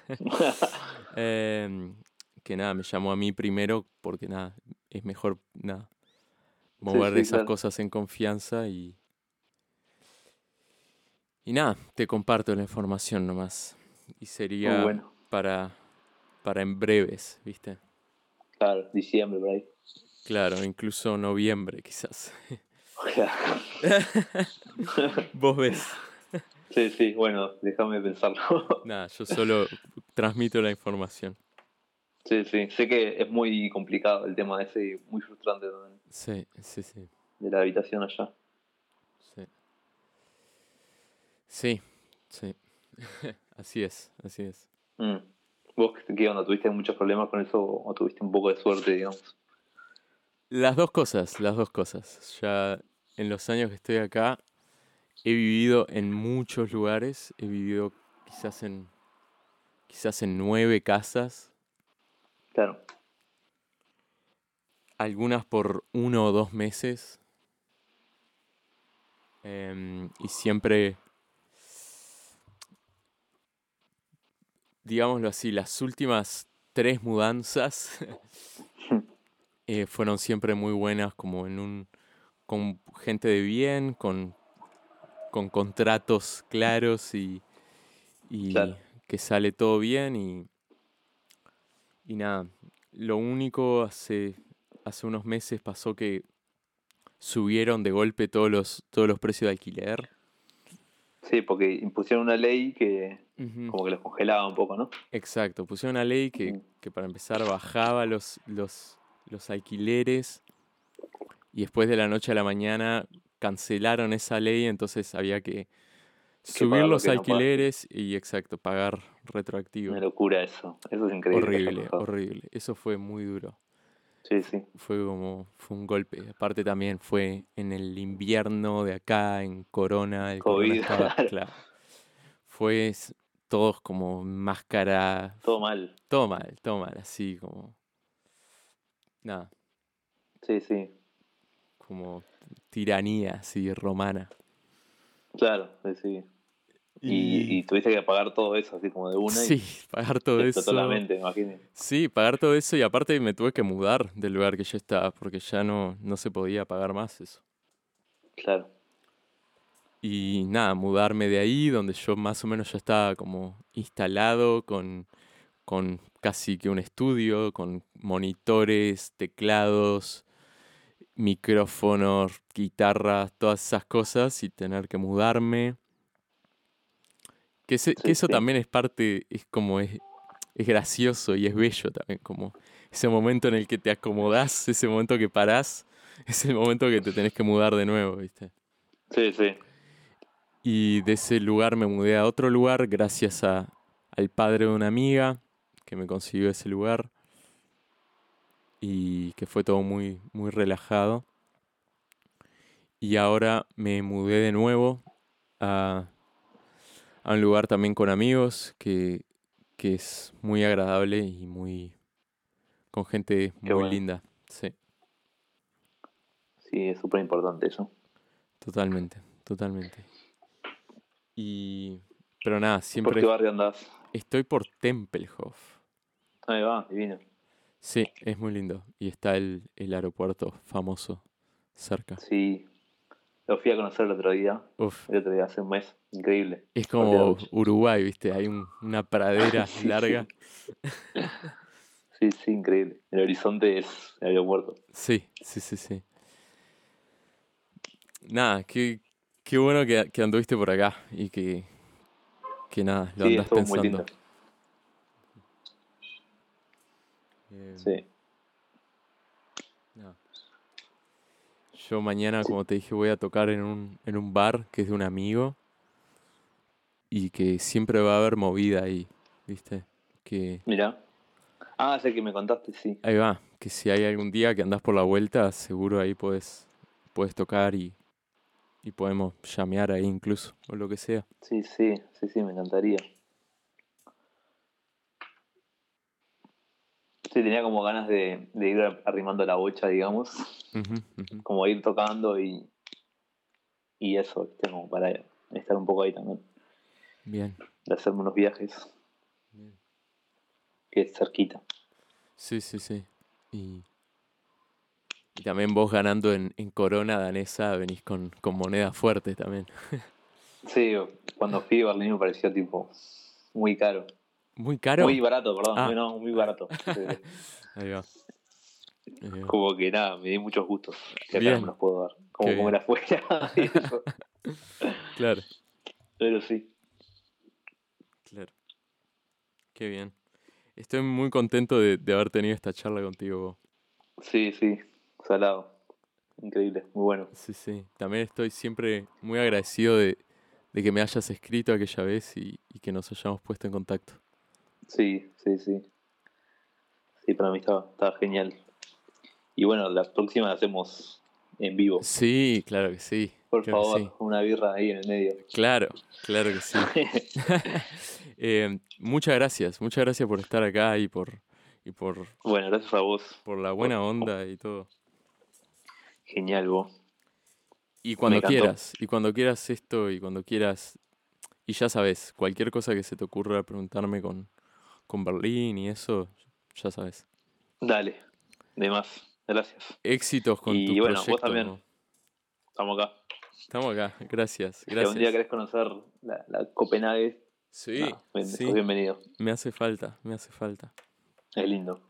[SPEAKER 2] Em, que nada, me llamó a mí primero porque nada, es mejor nada. Mover
[SPEAKER 3] sí,
[SPEAKER 2] esas
[SPEAKER 3] claro.
[SPEAKER 2] cosas en confianza y. Y nada, te comparto la información nomás. Y sería
[SPEAKER 3] bueno.
[SPEAKER 2] para, para en breves, ¿viste?
[SPEAKER 3] claro, diciembre por ahí.
[SPEAKER 2] Claro, incluso noviembre quizás.
[SPEAKER 3] Claro.
[SPEAKER 2] Vos ves.
[SPEAKER 3] Sí, sí, bueno, déjame pensarlo.
[SPEAKER 2] Nada, yo solo transmito la información.
[SPEAKER 3] Sí, sí. Sé que es muy complicado el tema ese y muy frustrante también,
[SPEAKER 2] Sí, sí, sí.
[SPEAKER 3] de la habitación allá.
[SPEAKER 2] Sí, sí. sí. así es, así es.
[SPEAKER 3] Mm. ¿Vos qué- qué onda? ¿Tuviste muchos problemas con eso o tuviste un poco de suerte, digamos?
[SPEAKER 2] Las dos cosas, las dos cosas. Ya en los años que estoy acá he vivido en muchos lugares, he vivido quizás en quizás en nueve casas,
[SPEAKER 3] Claro.
[SPEAKER 2] algunas por uno o dos meses, Em, y siempre, digámoslo así, las últimas tres mudanzas eh, fueron siempre muy buenas, como en un con gente de bien, con, con contratos claros y, y
[SPEAKER 3] Claro.
[SPEAKER 2] que sale todo bien y, y nada. Lo único hace, hace unos meses pasó que subieron de golpe todos los, todos los precios de alquiler.
[SPEAKER 3] Sí, porque impusieron una ley que como que los congelaba un poco, ¿no?
[SPEAKER 2] Exacto, pusieron una ley que,
[SPEAKER 3] Ujú.
[SPEAKER 2] que para empezar bajaba los, los, los alquileres y después de la noche a la mañana cancelaron esa ley, entonces había que
[SPEAKER 3] pagar
[SPEAKER 2] subir
[SPEAKER 3] lo
[SPEAKER 2] los
[SPEAKER 3] que no pagaste.
[SPEAKER 2] alquileres y exacto, pagar retroactivo.
[SPEAKER 3] Una locura eso. Eso es increíble. que haya
[SPEAKER 2] Horrible,
[SPEAKER 3] pasado.
[SPEAKER 2] horrible. Eso fue muy duro.
[SPEAKER 3] Sí, sí.
[SPEAKER 2] Fue como, fue un golpe. Aparte también fue en el invierno de acá, en Corona. El corona
[SPEAKER 3] COVID,
[SPEAKER 2] estaba-
[SPEAKER 3] claro.
[SPEAKER 2] claro. Fue s- todos como máscara,
[SPEAKER 3] Todo mal.
[SPEAKER 2] todo mal, todo mal, así como. Nada,
[SPEAKER 3] Sí, sí.
[SPEAKER 2] como tiranía así romana.
[SPEAKER 3] Claro, sí, sí. Y, y tuviste que pagar todo eso así como de una y
[SPEAKER 2] sí, pagar todo
[SPEAKER 3] te
[SPEAKER 2] eso.
[SPEAKER 3] explotó la mente, me imagino.
[SPEAKER 2] Sí, pagar todo eso y aparte me tuve que mudar del lugar que yo estaba porque ya no, no se podía pagar más eso.
[SPEAKER 3] Claro.
[SPEAKER 2] Y nada, mudarme de ahí donde yo más o menos ya estaba como instalado con, con casi que un estudio, con monitores, teclados, micrófonos, guitarras, todas esas cosas y tener que mudarme. Que, ese- que
[SPEAKER 3] Sí,
[SPEAKER 2] eso
[SPEAKER 3] sí.
[SPEAKER 2] también es parte, es como es, es gracioso y es bello también, como ese momento en el que te acomodás, ese momento que parás, es el momento que te tenés que mudar de nuevo, ¿viste?
[SPEAKER 3] Sí, sí.
[SPEAKER 2] Y de ese lugar me mudé a otro lugar gracias a, al padre de una amiga que me consiguió ese lugar y que fue todo muy, muy relajado. Y ahora me mudé de nuevo a, a un lugar también con amigos que, que es muy agradable y muy con gente muy
[SPEAKER 3] bueno.
[SPEAKER 2] linda. Sí,
[SPEAKER 3] Sí, es súper importante eso.
[SPEAKER 2] totalmente, totalmente. Y pero nada,
[SPEAKER 3] ¿Por
[SPEAKER 2] siempre
[SPEAKER 3] qué barrio andás?
[SPEAKER 2] estoy por Tempelhof.
[SPEAKER 3] Ahí va, divino.
[SPEAKER 2] Sí, es muy lindo. Y está el, el aeropuerto famoso cerca.
[SPEAKER 3] Sí. Lo fui a conocer el otro día.
[SPEAKER 2] Uf,
[SPEAKER 3] El otro día, hace un mes. Increíble.
[SPEAKER 2] es
[SPEAKER 3] No te
[SPEAKER 2] como
[SPEAKER 3] hago-
[SPEAKER 2] Uruguay, ¿viste? Hay un- una pradera
[SPEAKER 3] Sí, sí.
[SPEAKER 2] larga.
[SPEAKER 3] Sí, sí, increíble. El horizonte es el aeropuerto.
[SPEAKER 2] Sí, sí, sí, sí. Nada, qué, qué bueno que, que anduviste por acá y que, que nada, lo
[SPEAKER 3] sí,
[SPEAKER 2] andás
[SPEAKER 3] estuvo muy lindo.
[SPEAKER 2] pensando. Eh,
[SPEAKER 3] Sí.
[SPEAKER 2] nada. Yo mañana, como te dije, voy a tocar en un, en un bar que es de un amigo y que siempre va a haber movida ahí, ¿viste? Que
[SPEAKER 3] Mirá. Ah, es el que me contaste, sí.
[SPEAKER 2] Ahí va, que si hay algún día que andás por la vuelta, seguro ahí podés, podés tocar y, y podemos llamear ahí incluso, o lo que sea.
[SPEAKER 3] Sí, sí, sí, sí, me encantaría. Sí, tenía como ganas de, de ir arrimando la bocha, digamos.
[SPEAKER 2] Ujú, ujú.
[SPEAKER 3] Como ir tocando y, y eso, ¿viste? como para estar un poco ahí también.
[SPEAKER 2] Bien,
[SPEAKER 3] De hacerme unos viajes,
[SPEAKER 2] bien.
[SPEAKER 3] que es cerquita.
[SPEAKER 2] Sí, sí, sí. Y, y también vos ganando en, en corona danesa venís con, con monedas fuertes también.
[SPEAKER 3] Sí, cuando fui a Berlín me pareció tipo muy caro.
[SPEAKER 2] Muy caro.
[SPEAKER 3] Muy barato, perdón.
[SPEAKER 2] Ah.
[SPEAKER 3] muy- No, muy barato. Sí.
[SPEAKER 2] Ahí va. Ahí va.
[SPEAKER 3] Como que nada, me di muchos gustos. Que acá
[SPEAKER 2] Bien.
[SPEAKER 3] no me los puedo dar. Como
[SPEAKER 2] Qué
[SPEAKER 3] comer afuera. y eso.
[SPEAKER 2] Claro,
[SPEAKER 3] Pero sí.
[SPEAKER 2] claro. Qué bien. Estoy muy contento de, de haber tenido esta charla contigo. Bo.
[SPEAKER 3] Sí, sí, salado. Increíble, muy bueno.
[SPEAKER 2] Sí, sí. También estoy siempre muy agradecido de, de que me hayas escrito aquella vez y, y que nos hayamos puesto en contacto.
[SPEAKER 3] Sí, sí, sí. Sí, para mí estaba, estaba genial. Y bueno, las próximas las hacemos en vivo.
[SPEAKER 2] Sí, claro que sí.
[SPEAKER 3] Por
[SPEAKER 2] claro que
[SPEAKER 3] favor,
[SPEAKER 2] sí.
[SPEAKER 3] una birra ahí en el medio.
[SPEAKER 2] Claro, claro que sí. Eh, muchas gracias, muchas gracias por estar acá y por y por,
[SPEAKER 3] bueno, gracias a vos.
[SPEAKER 2] por la buena onda y todo.
[SPEAKER 3] Genial vos.
[SPEAKER 2] Y cuando
[SPEAKER 3] encantó.
[SPEAKER 2] quieras, y cuando quieras esto, y cuando quieras, y ya sabes, cualquier cosa que se te ocurra preguntarme con, con Berlín y eso, ya sabes.
[SPEAKER 3] Dale, de más. Gracias.
[SPEAKER 2] Éxitos con
[SPEAKER 3] Y
[SPEAKER 2] tu
[SPEAKER 3] bueno, vos
[SPEAKER 2] proyecto.
[SPEAKER 3] también.
[SPEAKER 2] ¿no?
[SPEAKER 3] Estamos acá.
[SPEAKER 2] Estamos acá, gracias,
[SPEAKER 3] Si algún día Ah,
[SPEAKER 2] gracias.
[SPEAKER 3] querés conocer la, la Copenhague,
[SPEAKER 2] Sí,
[SPEAKER 3] nada, ven-
[SPEAKER 2] sí,
[SPEAKER 3] sos bienvenido.
[SPEAKER 2] me hace falta, me hace falta.
[SPEAKER 3] Es lindo.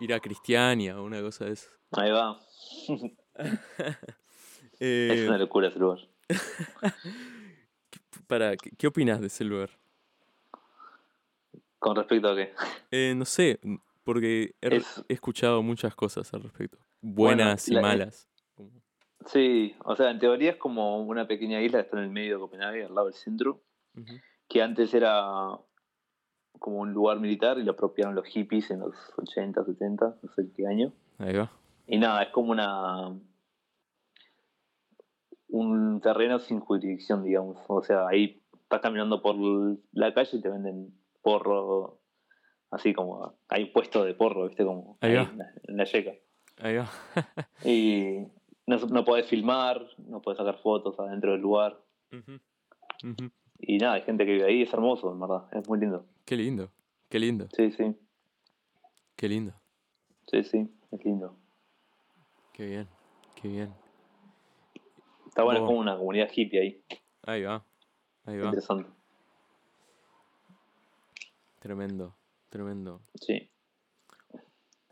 [SPEAKER 2] Ir a Cristiania o una cosa de eso.
[SPEAKER 3] Ahí va.
[SPEAKER 2] Eh,
[SPEAKER 3] Es una locura ese lugar.
[SPEAKER 2] para, ¿qué, qué opinas de ese lugar?
[SPEAKER 3] Con respecto a qué.
[SPEAKER 2] Eh, no sé, n- porque he, re-
[SPEAKER 3] Es-
[SPEAKER 2] he escuchado muchas cosas al respecto, buenas
[SPEAKER 3] la- eh,
[SPEAKER 2] y malas.
[SPEAKER 3] Sí, o sea, en teoría es como una pequeña isla que está en el medio de Copenhague, al lado del centro,
[SPEAKER 2] Ujú.
[SPEAKER 3] que antes era como un lugar militar y lo apropiaron los hippies en los 80, 70, no sé qué año.
[SPEAKER 2] Ahí va.
[SPEAKER 3] Y nada, es como una. un terreno sin jurisdicción, digamos. O sea, ahí estás caminando por la calle y te venden porro. Así como. Hay un puesto de porro, ¿viste? Como.
[SPEAKER 2] Ahí va.
[SPEAKER 3] en, la, en la yeca.
[SPEAKER 2] Ahí va.
[SPEAKER 3] Y no, no podés filmar, no podés sacar fotos adentro del lugar.
[SPEAKER 2] Ujú. Ujú.
[SPEAKER 3] Y nada, hay gente que vive ahí, es hermoso, en verdad. Es muy lindo.
[SPEAKER 2] Qué lindo, qué lindo,
[SPEAKER 3] Sí, sí.
[SPEAKER 2] qué lindo,
[SPEAKER 3] Sí, sí. Es lindo.
[SPEAKER 2] qué bien, qué bien.
[SPEAKER 3] Está bueno,
[SPEAKER 2] Bueno.
[SPEAKER 3] es como una comunidad hippie ahí.
[SPEAKER 2] Ahí va, ahí va.
[SPEAKER 3] Interesante.
[SPEAKER 2] Tremendo, tremendo.
[SPEAKER 3] Sí.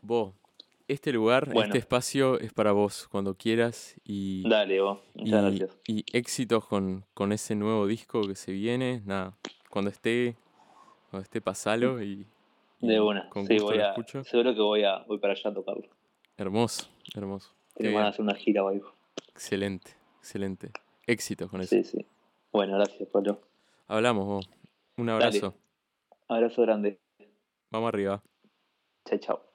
[SPEAKER 2] Vos, este lugar,
[SPEAKER 3] Bueno.
[SPEAKER 2] este espacio es para vos, cuando quieras y,
[SPEAKER 3] Dale, vos.
[SPEAKER 2] y,
[SPEAKER 3] Muchas gracias.
[SPEAKER 2] y éxitos con, con ese nuevo disco que se viene. Nada, cuando esté, cuando esté, pasalo y, y
[SPEAKER 3] De una.
[SPEAKER 2] con
[SPEAKER 3] sí,
[SPEAKER 2] gusto
[SPEAKER 3] voy
[SPEAKER 2] lo
[SPEAKER 3] a,
[SPEAKER 2] escucho.
[SPEAKER 3] seguro que voy, a, voy para allá a tocarlo.
[SPEAKER 2] Hermoso, hermoso. Qué
[SPEAKER 3] Tenemos van a
[SPEAKER 2] bien.
[SPEAKER 3] hacer una gira o algo.
[SPEAKER 2] Excelente, excelente. Éxitos con eso.
[SPEAKER 3] Sí, sí. Bueno, gracias, Pablo.
[SPEAKER 2] Hablamos vos. Un
[SPEAKER 3] Dale.
[SPEAKER 2] abrazo.
[SPEAKER 3] Abrazo grande.
[SPEAKER 2] Vamos arriba.
[SPEAKER 3] Chao, chao.